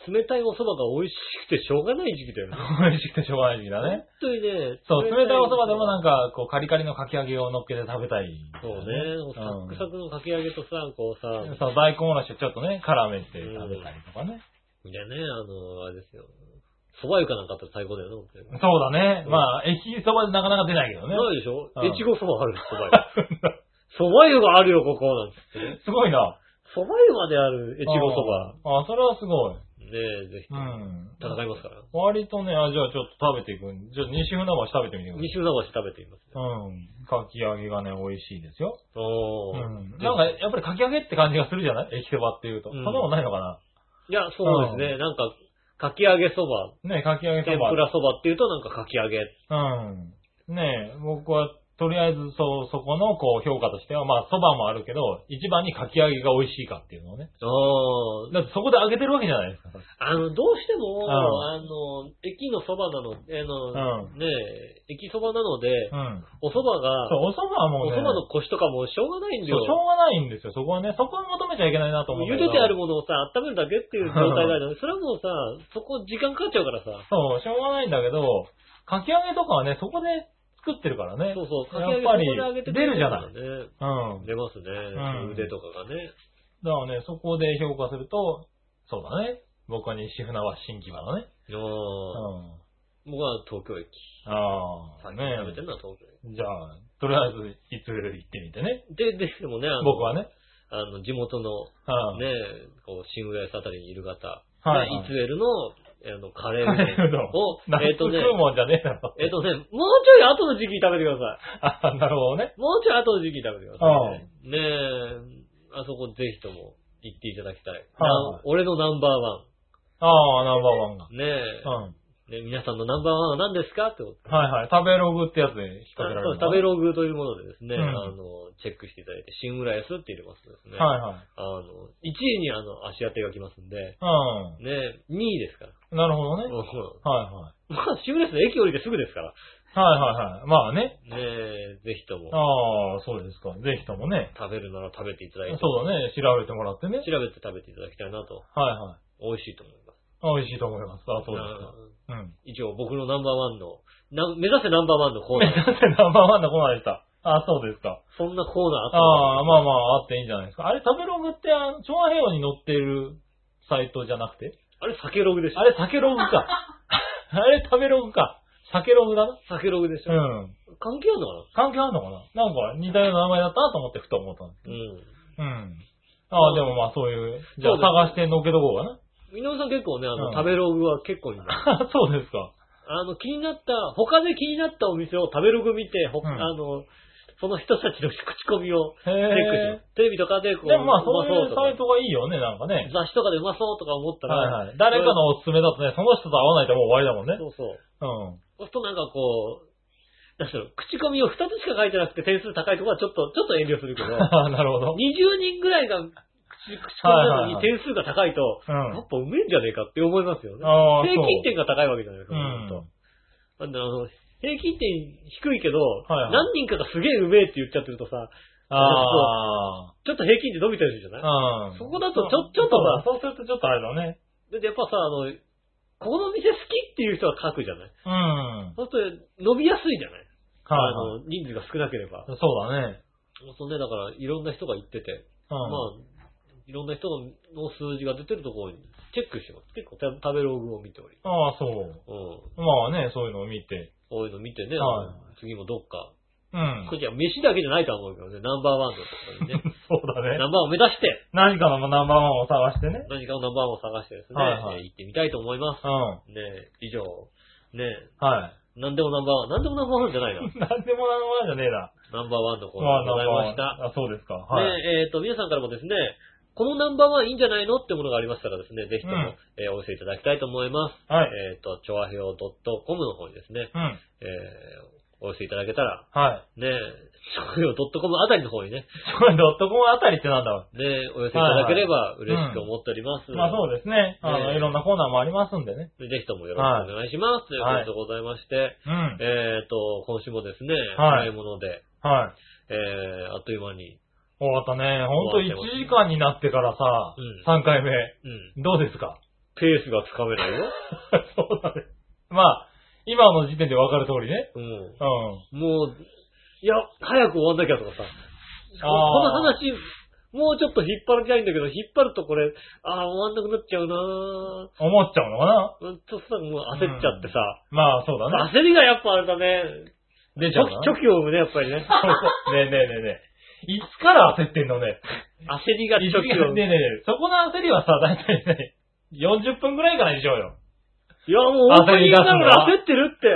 冷たいお蕎麦が美味しくてしょうがない時期だよね。
美味しくてしょうがない時期だね
本。当にね。
そう、冷たいお蕎麦でもなんんか、こう、カリカリのかき揚げを乗っけて食べたい。
そうね、
うん
サックサクのかき揚げとさ、こうさ、
そう、大根おろしをちょっとね、絡めて食べたりとかね。
じゃね、あの、あれですよ。蕎麦床なんかあったら最高だよね、本当に
そうだね。まあ、駅そばでなかなか出ないけどね。
ないでしょ
うん
越後蕎麦ある、蕎 麦床。蕎麦床あるよ、ここ、なんつってね。
すごいな。
蕎麦床である、越後蕎
ああ、それはすごい。
麦。ねえ、ぜひ
う、ん。
戦いますから。
割とね、あ、じゃあちょっと食べていくん。じゃあ西船橋食べてみてください。
西浦橋食べていますね。
うん。かき揚げがね、美味しいですよ。う
おー
ん。なんか、やっぱりかき揚げって感じがするじゃない駅そばっていうと。
う
そ
ん
んなことないのかな。
いや、そうですね。なんか、かき揚げそば
ね、かき揚げそ
天
ば。
ぷらそばっていうとなんかかき揚げ。
うん。ね僕は、とりあえず、そう、そこの、こう、評価としては、まあ、そばもあるけど、一番にかき揚げが美味しいかっていうのをね。
あ
だってそこで揚げてるわけじゃないですか。
あ。あの、どうしても、
うん
あの、駅のそばなの、あの、
う
ねえ、駅そばなので、
うん。
おそば
そう
が、、
お蕎麦はも
お
う
そ
ね、
ばの腰とかもしょうがないんだ
そう、し
よ。
ょうがないんですよ。そこはね、そこは求めちゃいけないなと思うんだ
茹
けど。
でてあるものをさ、温めるだけっていう状態があるので、それはもうさ、そこ時間かかっちゃうからさ、
そう、しょうがないんだけど、かき揚げとかはね、そこで作ってるからね。
そうそう、かき
や
揚
っ
げ
ぱり
そこで揚げて、
出るじゃない。
くれるからね。
うん。だ
出ますね
ん。
腕とかがね。
からね、そこで評価すると、そうだね。僕は西船橋新木場だね。
あ
う
ー
ん。
僕は東京駅。
ああ、
最近
ね
食べてるのは東京
じゃあ、とりあえず、いつ行ってみてね。
駅。で、でもね、あの
僕はね。
あの、地元の
うん。
ねえ、こう、新浦安あたりにいる方、
はい
ねイツエルの、あの、カレー
カレーう
う ど
どん
んを、
夏
えっ、とね、
食うもんじゃねえだろ。
えっ、とね、もうちょい後の時期に食べてくださ
あなるほどね。
い。もうちょい後の時期に食べてくださいね。ねえ、あそこぜひとも行っていただきたい。
はい
な俺のナンバーワ
ああ、ナンバーワンが。
ン。ね
うん。
え、ね皆さんのナンバーワンは何ですかってこと。
はいはい。食べログってやつで引っ掛けられるの
食べログというものでですね、
うん
あの、チェックしていただいて、新浦安って入れますとですね、
はいはい。
あの、1位にあの、足当てが来ますんで、ねえ、2位ですから。
うん。なるほどね。
うん
はいはい。
まあ、シームレスの駅降りてすぐですから。
はいはいはい。まあね。
ねえ、ぜひとも、
ああ、そうですか。ぜひともね。
食べるなら食べていただいて、
そうだね。調べてもらってね。
調べて食べていただきたいなと、
はいはい。
美味しいと思います。
ああ美味しいと思います。あ、そうですか。
うん
うん。
以上、僕のナンバーワンの、な目指せナンバーワンのコーナ
だ
ー。
ってナンバーワンのコーナーでした。あ、そうですか。
そんなコーナーあった
ああ、まあまあ、あっていいんじゃないですか。あれ、食べログって、あの、調和平和に載っているサイトじゃなくて
あれ、酒ログでしょ
あれ、酒ログか。あれ、食べログか。酒ログだな。
酒ログでし
う
ょ、
ん。
関係あるのか
関係あるのかななんか、似たような名前だったなと思ってふと思ったんですけ
なうん。
ど。うん。ああ、でもまあ、そういう、じゃあ
そうです
探して載っけとこうかな。
井上さん結構ね、あの、
うん
食べログは結構いいんだ
そうですか。
あの、気になった、他で気になったお店を食べログ見て、ほ
うん
あの、その人たちの口コミを
へ
チェックして
え。
テレビとかでこう、
でもまあ、そう
ま
いう
と
サ
か
イトがいいよね、なんかね。
雑誌とかでうまそうとか思ったら、
はいはい。誰かのおすすめだとね、その人と会わないともう終わりだもんね。
そうそう。
うん。
そうするとなんかこう、なんだろう、口コミを2つしか書いてなくて点数高いとこはちょっと、ちょっと遠慮するけど、
なるほど。
20人ぐらいが口口コミなのに
はいはいはい
点数が高いと、
う
や
ん
っ。ぱうめえんじゃねえかって思いますよね。
ああ、
平均点
そ
が高いわけじゃないです
う。
か。
う
ほ
ん。
となんだろう、あの、平均点低いけど、
はいはい
何人かがすげえうめえって言っちゃってるとさ、
あ
ちょっと平均点伸びてるじゃない
あ。うん。
そこだとちょちょっと
ま
ま
あそうするとちょっとあれだね。
だってやっぱさ、あの、この店好きっていう人は書くじゃない
うん。はい
そうすると伸びやすいじゃないあ
は
の、人数が少なければ。
い。そうだね。
そんで、だから、いろんな人が行ってて、
う
ま
ん。
あ、いろんな人のの数字が出てるところにチェックしてます。結構た食べログを見ており。
ああ、そう。
うん。
まあね、そういうのを見て。
そういうの見てね、
は
次もどっか。
うん。。
こっちは飯だけじゃないとは思うけどね、ナンバーワンのところにね
そうだ ね。
ナンバーワンを目指して、
何かのナンバーワンを探してね。
何かのナンバーワンを探してですね、
はいはい
えー行ってみたいと思いま
う
す。
ん。
ね以上。ね
は
何でもナンバーワン、何でもナンバーワンじゃないな。
い。何でもナンバーワンじゃねえな。
ナンバーワンのコー
ま
ナ
あ、
ーでございました。
あ、そうですか。はい。
ねえっ、と、皆さんからもですね、このナンバーワンいいんじゃないのってものがありましたらですね、ぜひとも、
うん
えーお寄せいただきたいと思います。
はい。
えっ、と、調和表 .com の方にですね、
うん。
えーお寄せいただけたら、
はい。
ねえ、調和表 .com あたりの方にね、
それドットコムあたりってなんだろ
ねえお寄せいただければ嬉しく思っております。
う。まあそうですね。あの、
ね
いろんなコーナーもありますんでね。
でぜひともよろしくお願いします。という
はい
ことでございまして、
う
え
ん。
っ、と、今週もですね、
はい
早いもので、
はい。
えー、あっという間に、
終わったね。ほんと
終わってます
1時間になってからさ、3回目。
うん、
どうですか
ペースがつかめないよ。
そうだね。まあ、今の時点でわかる通りね。
うん
うん。
もう、いや、早く終わんなきゃとかさ。こ
あー
この話、もうちょっと引っ張りたいんだけど、引っ張るとこれ、ああ、終わんなくなっちゃうなぁ。
思っちゃうのかな
うんちょっとさ、もう焦っちゃってさ。
まあそうだね。
焦りがやっぱあれだね。
出ち
チョ
ゃうな
キ、チョキを生むね、やっぱり ね。
そうそうねえねえねえねえ。いつから焦ってんのね。
焦りがチ
いつ
ョキを
か
生む。
ねえねえねえ。そこの焦りはさ、だいたいね、40分くらいからにしようよ。
いや、もうオープニングなのに焦ってるって。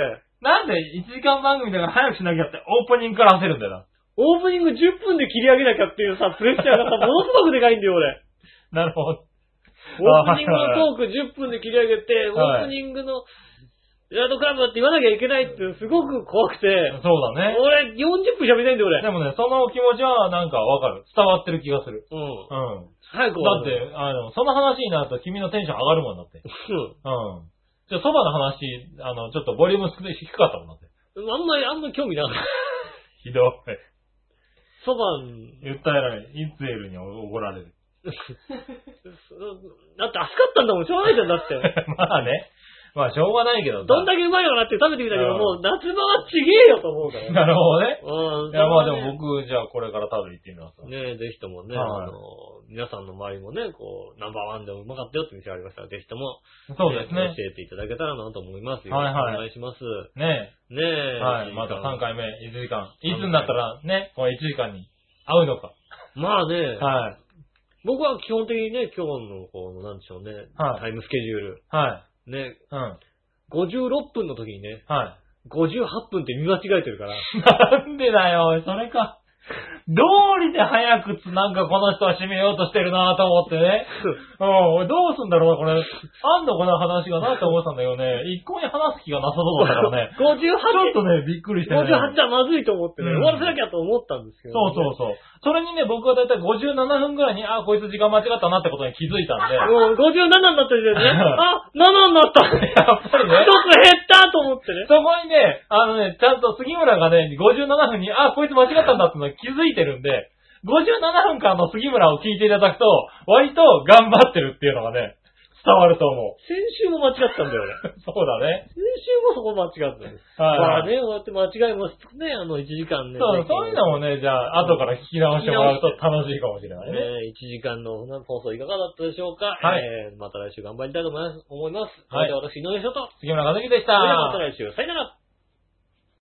なんで1時間番組だから早くしなきゃってオープニングから焦るんだよ
オープニング10分で切り上げなきゃっていうさ、プレッシャー がさ、ものすごくでかいんだよ、俺。
な。なるほど。
オープニングのトーク10分で切り上げて、オ
はい
ープニングの、ラードクラブだって言わなきゃいけないってすごく怖くて、
そうだね。
俺40分喋りたいんだよ、俺。
でもね、その気持ちはなんかわかる。伝わってる気がする。
うん
う。ん。
早く終
だ
わ
っ
る。
て、あの、その話になると君のテンション上がるもんだって。うん。じゃあ、そばの話、あの、ちょっとボリューム少し低かったもんだって。
うん。あんまり、あんまり興味なかっ た。
ひどい。
そばん、
言ったらい、いつエルに怒られる。
だって熱かったんだもん、しょうがないじゃん、だ って。
まあね。まあ、しょうがないけどさ
どんだけうまいのかなって食べてみたけど、
うん
もう夏場はちげえよと思うから。
なるほどね。
うん。
いや、まあでも僕、じゃあこれから食べに行ってみますわ。
ねえ、ぜひともね、あ
はい
の、皆さんの周りもね、こう、ナンバーワンでもうまかったよって店がありましたら、ぜひとも、
そうです
えー
ね。
教えていただけたらなと思います。
はいはい
よろしくお願いします。
ね
ねえ。
え。はい。また
参加
3回目、1時間。いつになったらね、この1時間に合うのか。
まあね、
はい。
僕は基本的にね、今日の、こう、なんでしょうね、
はい
タイムスケジュール。
はい。
ね、
うん。
56分の時にね、
は
58分って見間違えてるから、
い。なんでだよ、おいそれか。どうりで早くつ、なんかこの人は締めようとしてるなと思ってね。うん、俺どうすんだろうな、これ。あんのこの話がなって思ってたんだけどね、一向に話す気がなさそうだったからね。
58
ちょっとね、びっくりしてね。
58じゃまずいと思ってね、
うん
終わらせなきゃと思ったんですけど、
そうそうそう。それにね、僕はだいたい57分ぐらいに、あ、こいつ時間間違ったなってことに気づいた んで。やっ
もう57になった時点でね、あ、7になった
ぱり ね
一。つ減ったと思ってね。
そこにね、あのね、ちゃんと杉村がね、57分に、あ、こいつ間違ったんだってのに気づいてるんで、57分からの杉村を聞いていただくと、割と頑張ってるっていうのがね、伝わると思
先週も間違ったんだよ、 俺。
う。そうだね。
先週もそこ間違ったんです。まあ
はい。
ね、こうやって間違いもね、あの、1時間ね。
そう、そういうのもね、じゃあ、後から聞き直してもらうと楽しいかもしれないね。
えー、1時間の放送いかがだったでしょうか
はい
えー、また来週頑張りたいと思います。思います。
はい
では私、井上翔と。
杉村和樹でした。
それではまた来週、さよなら。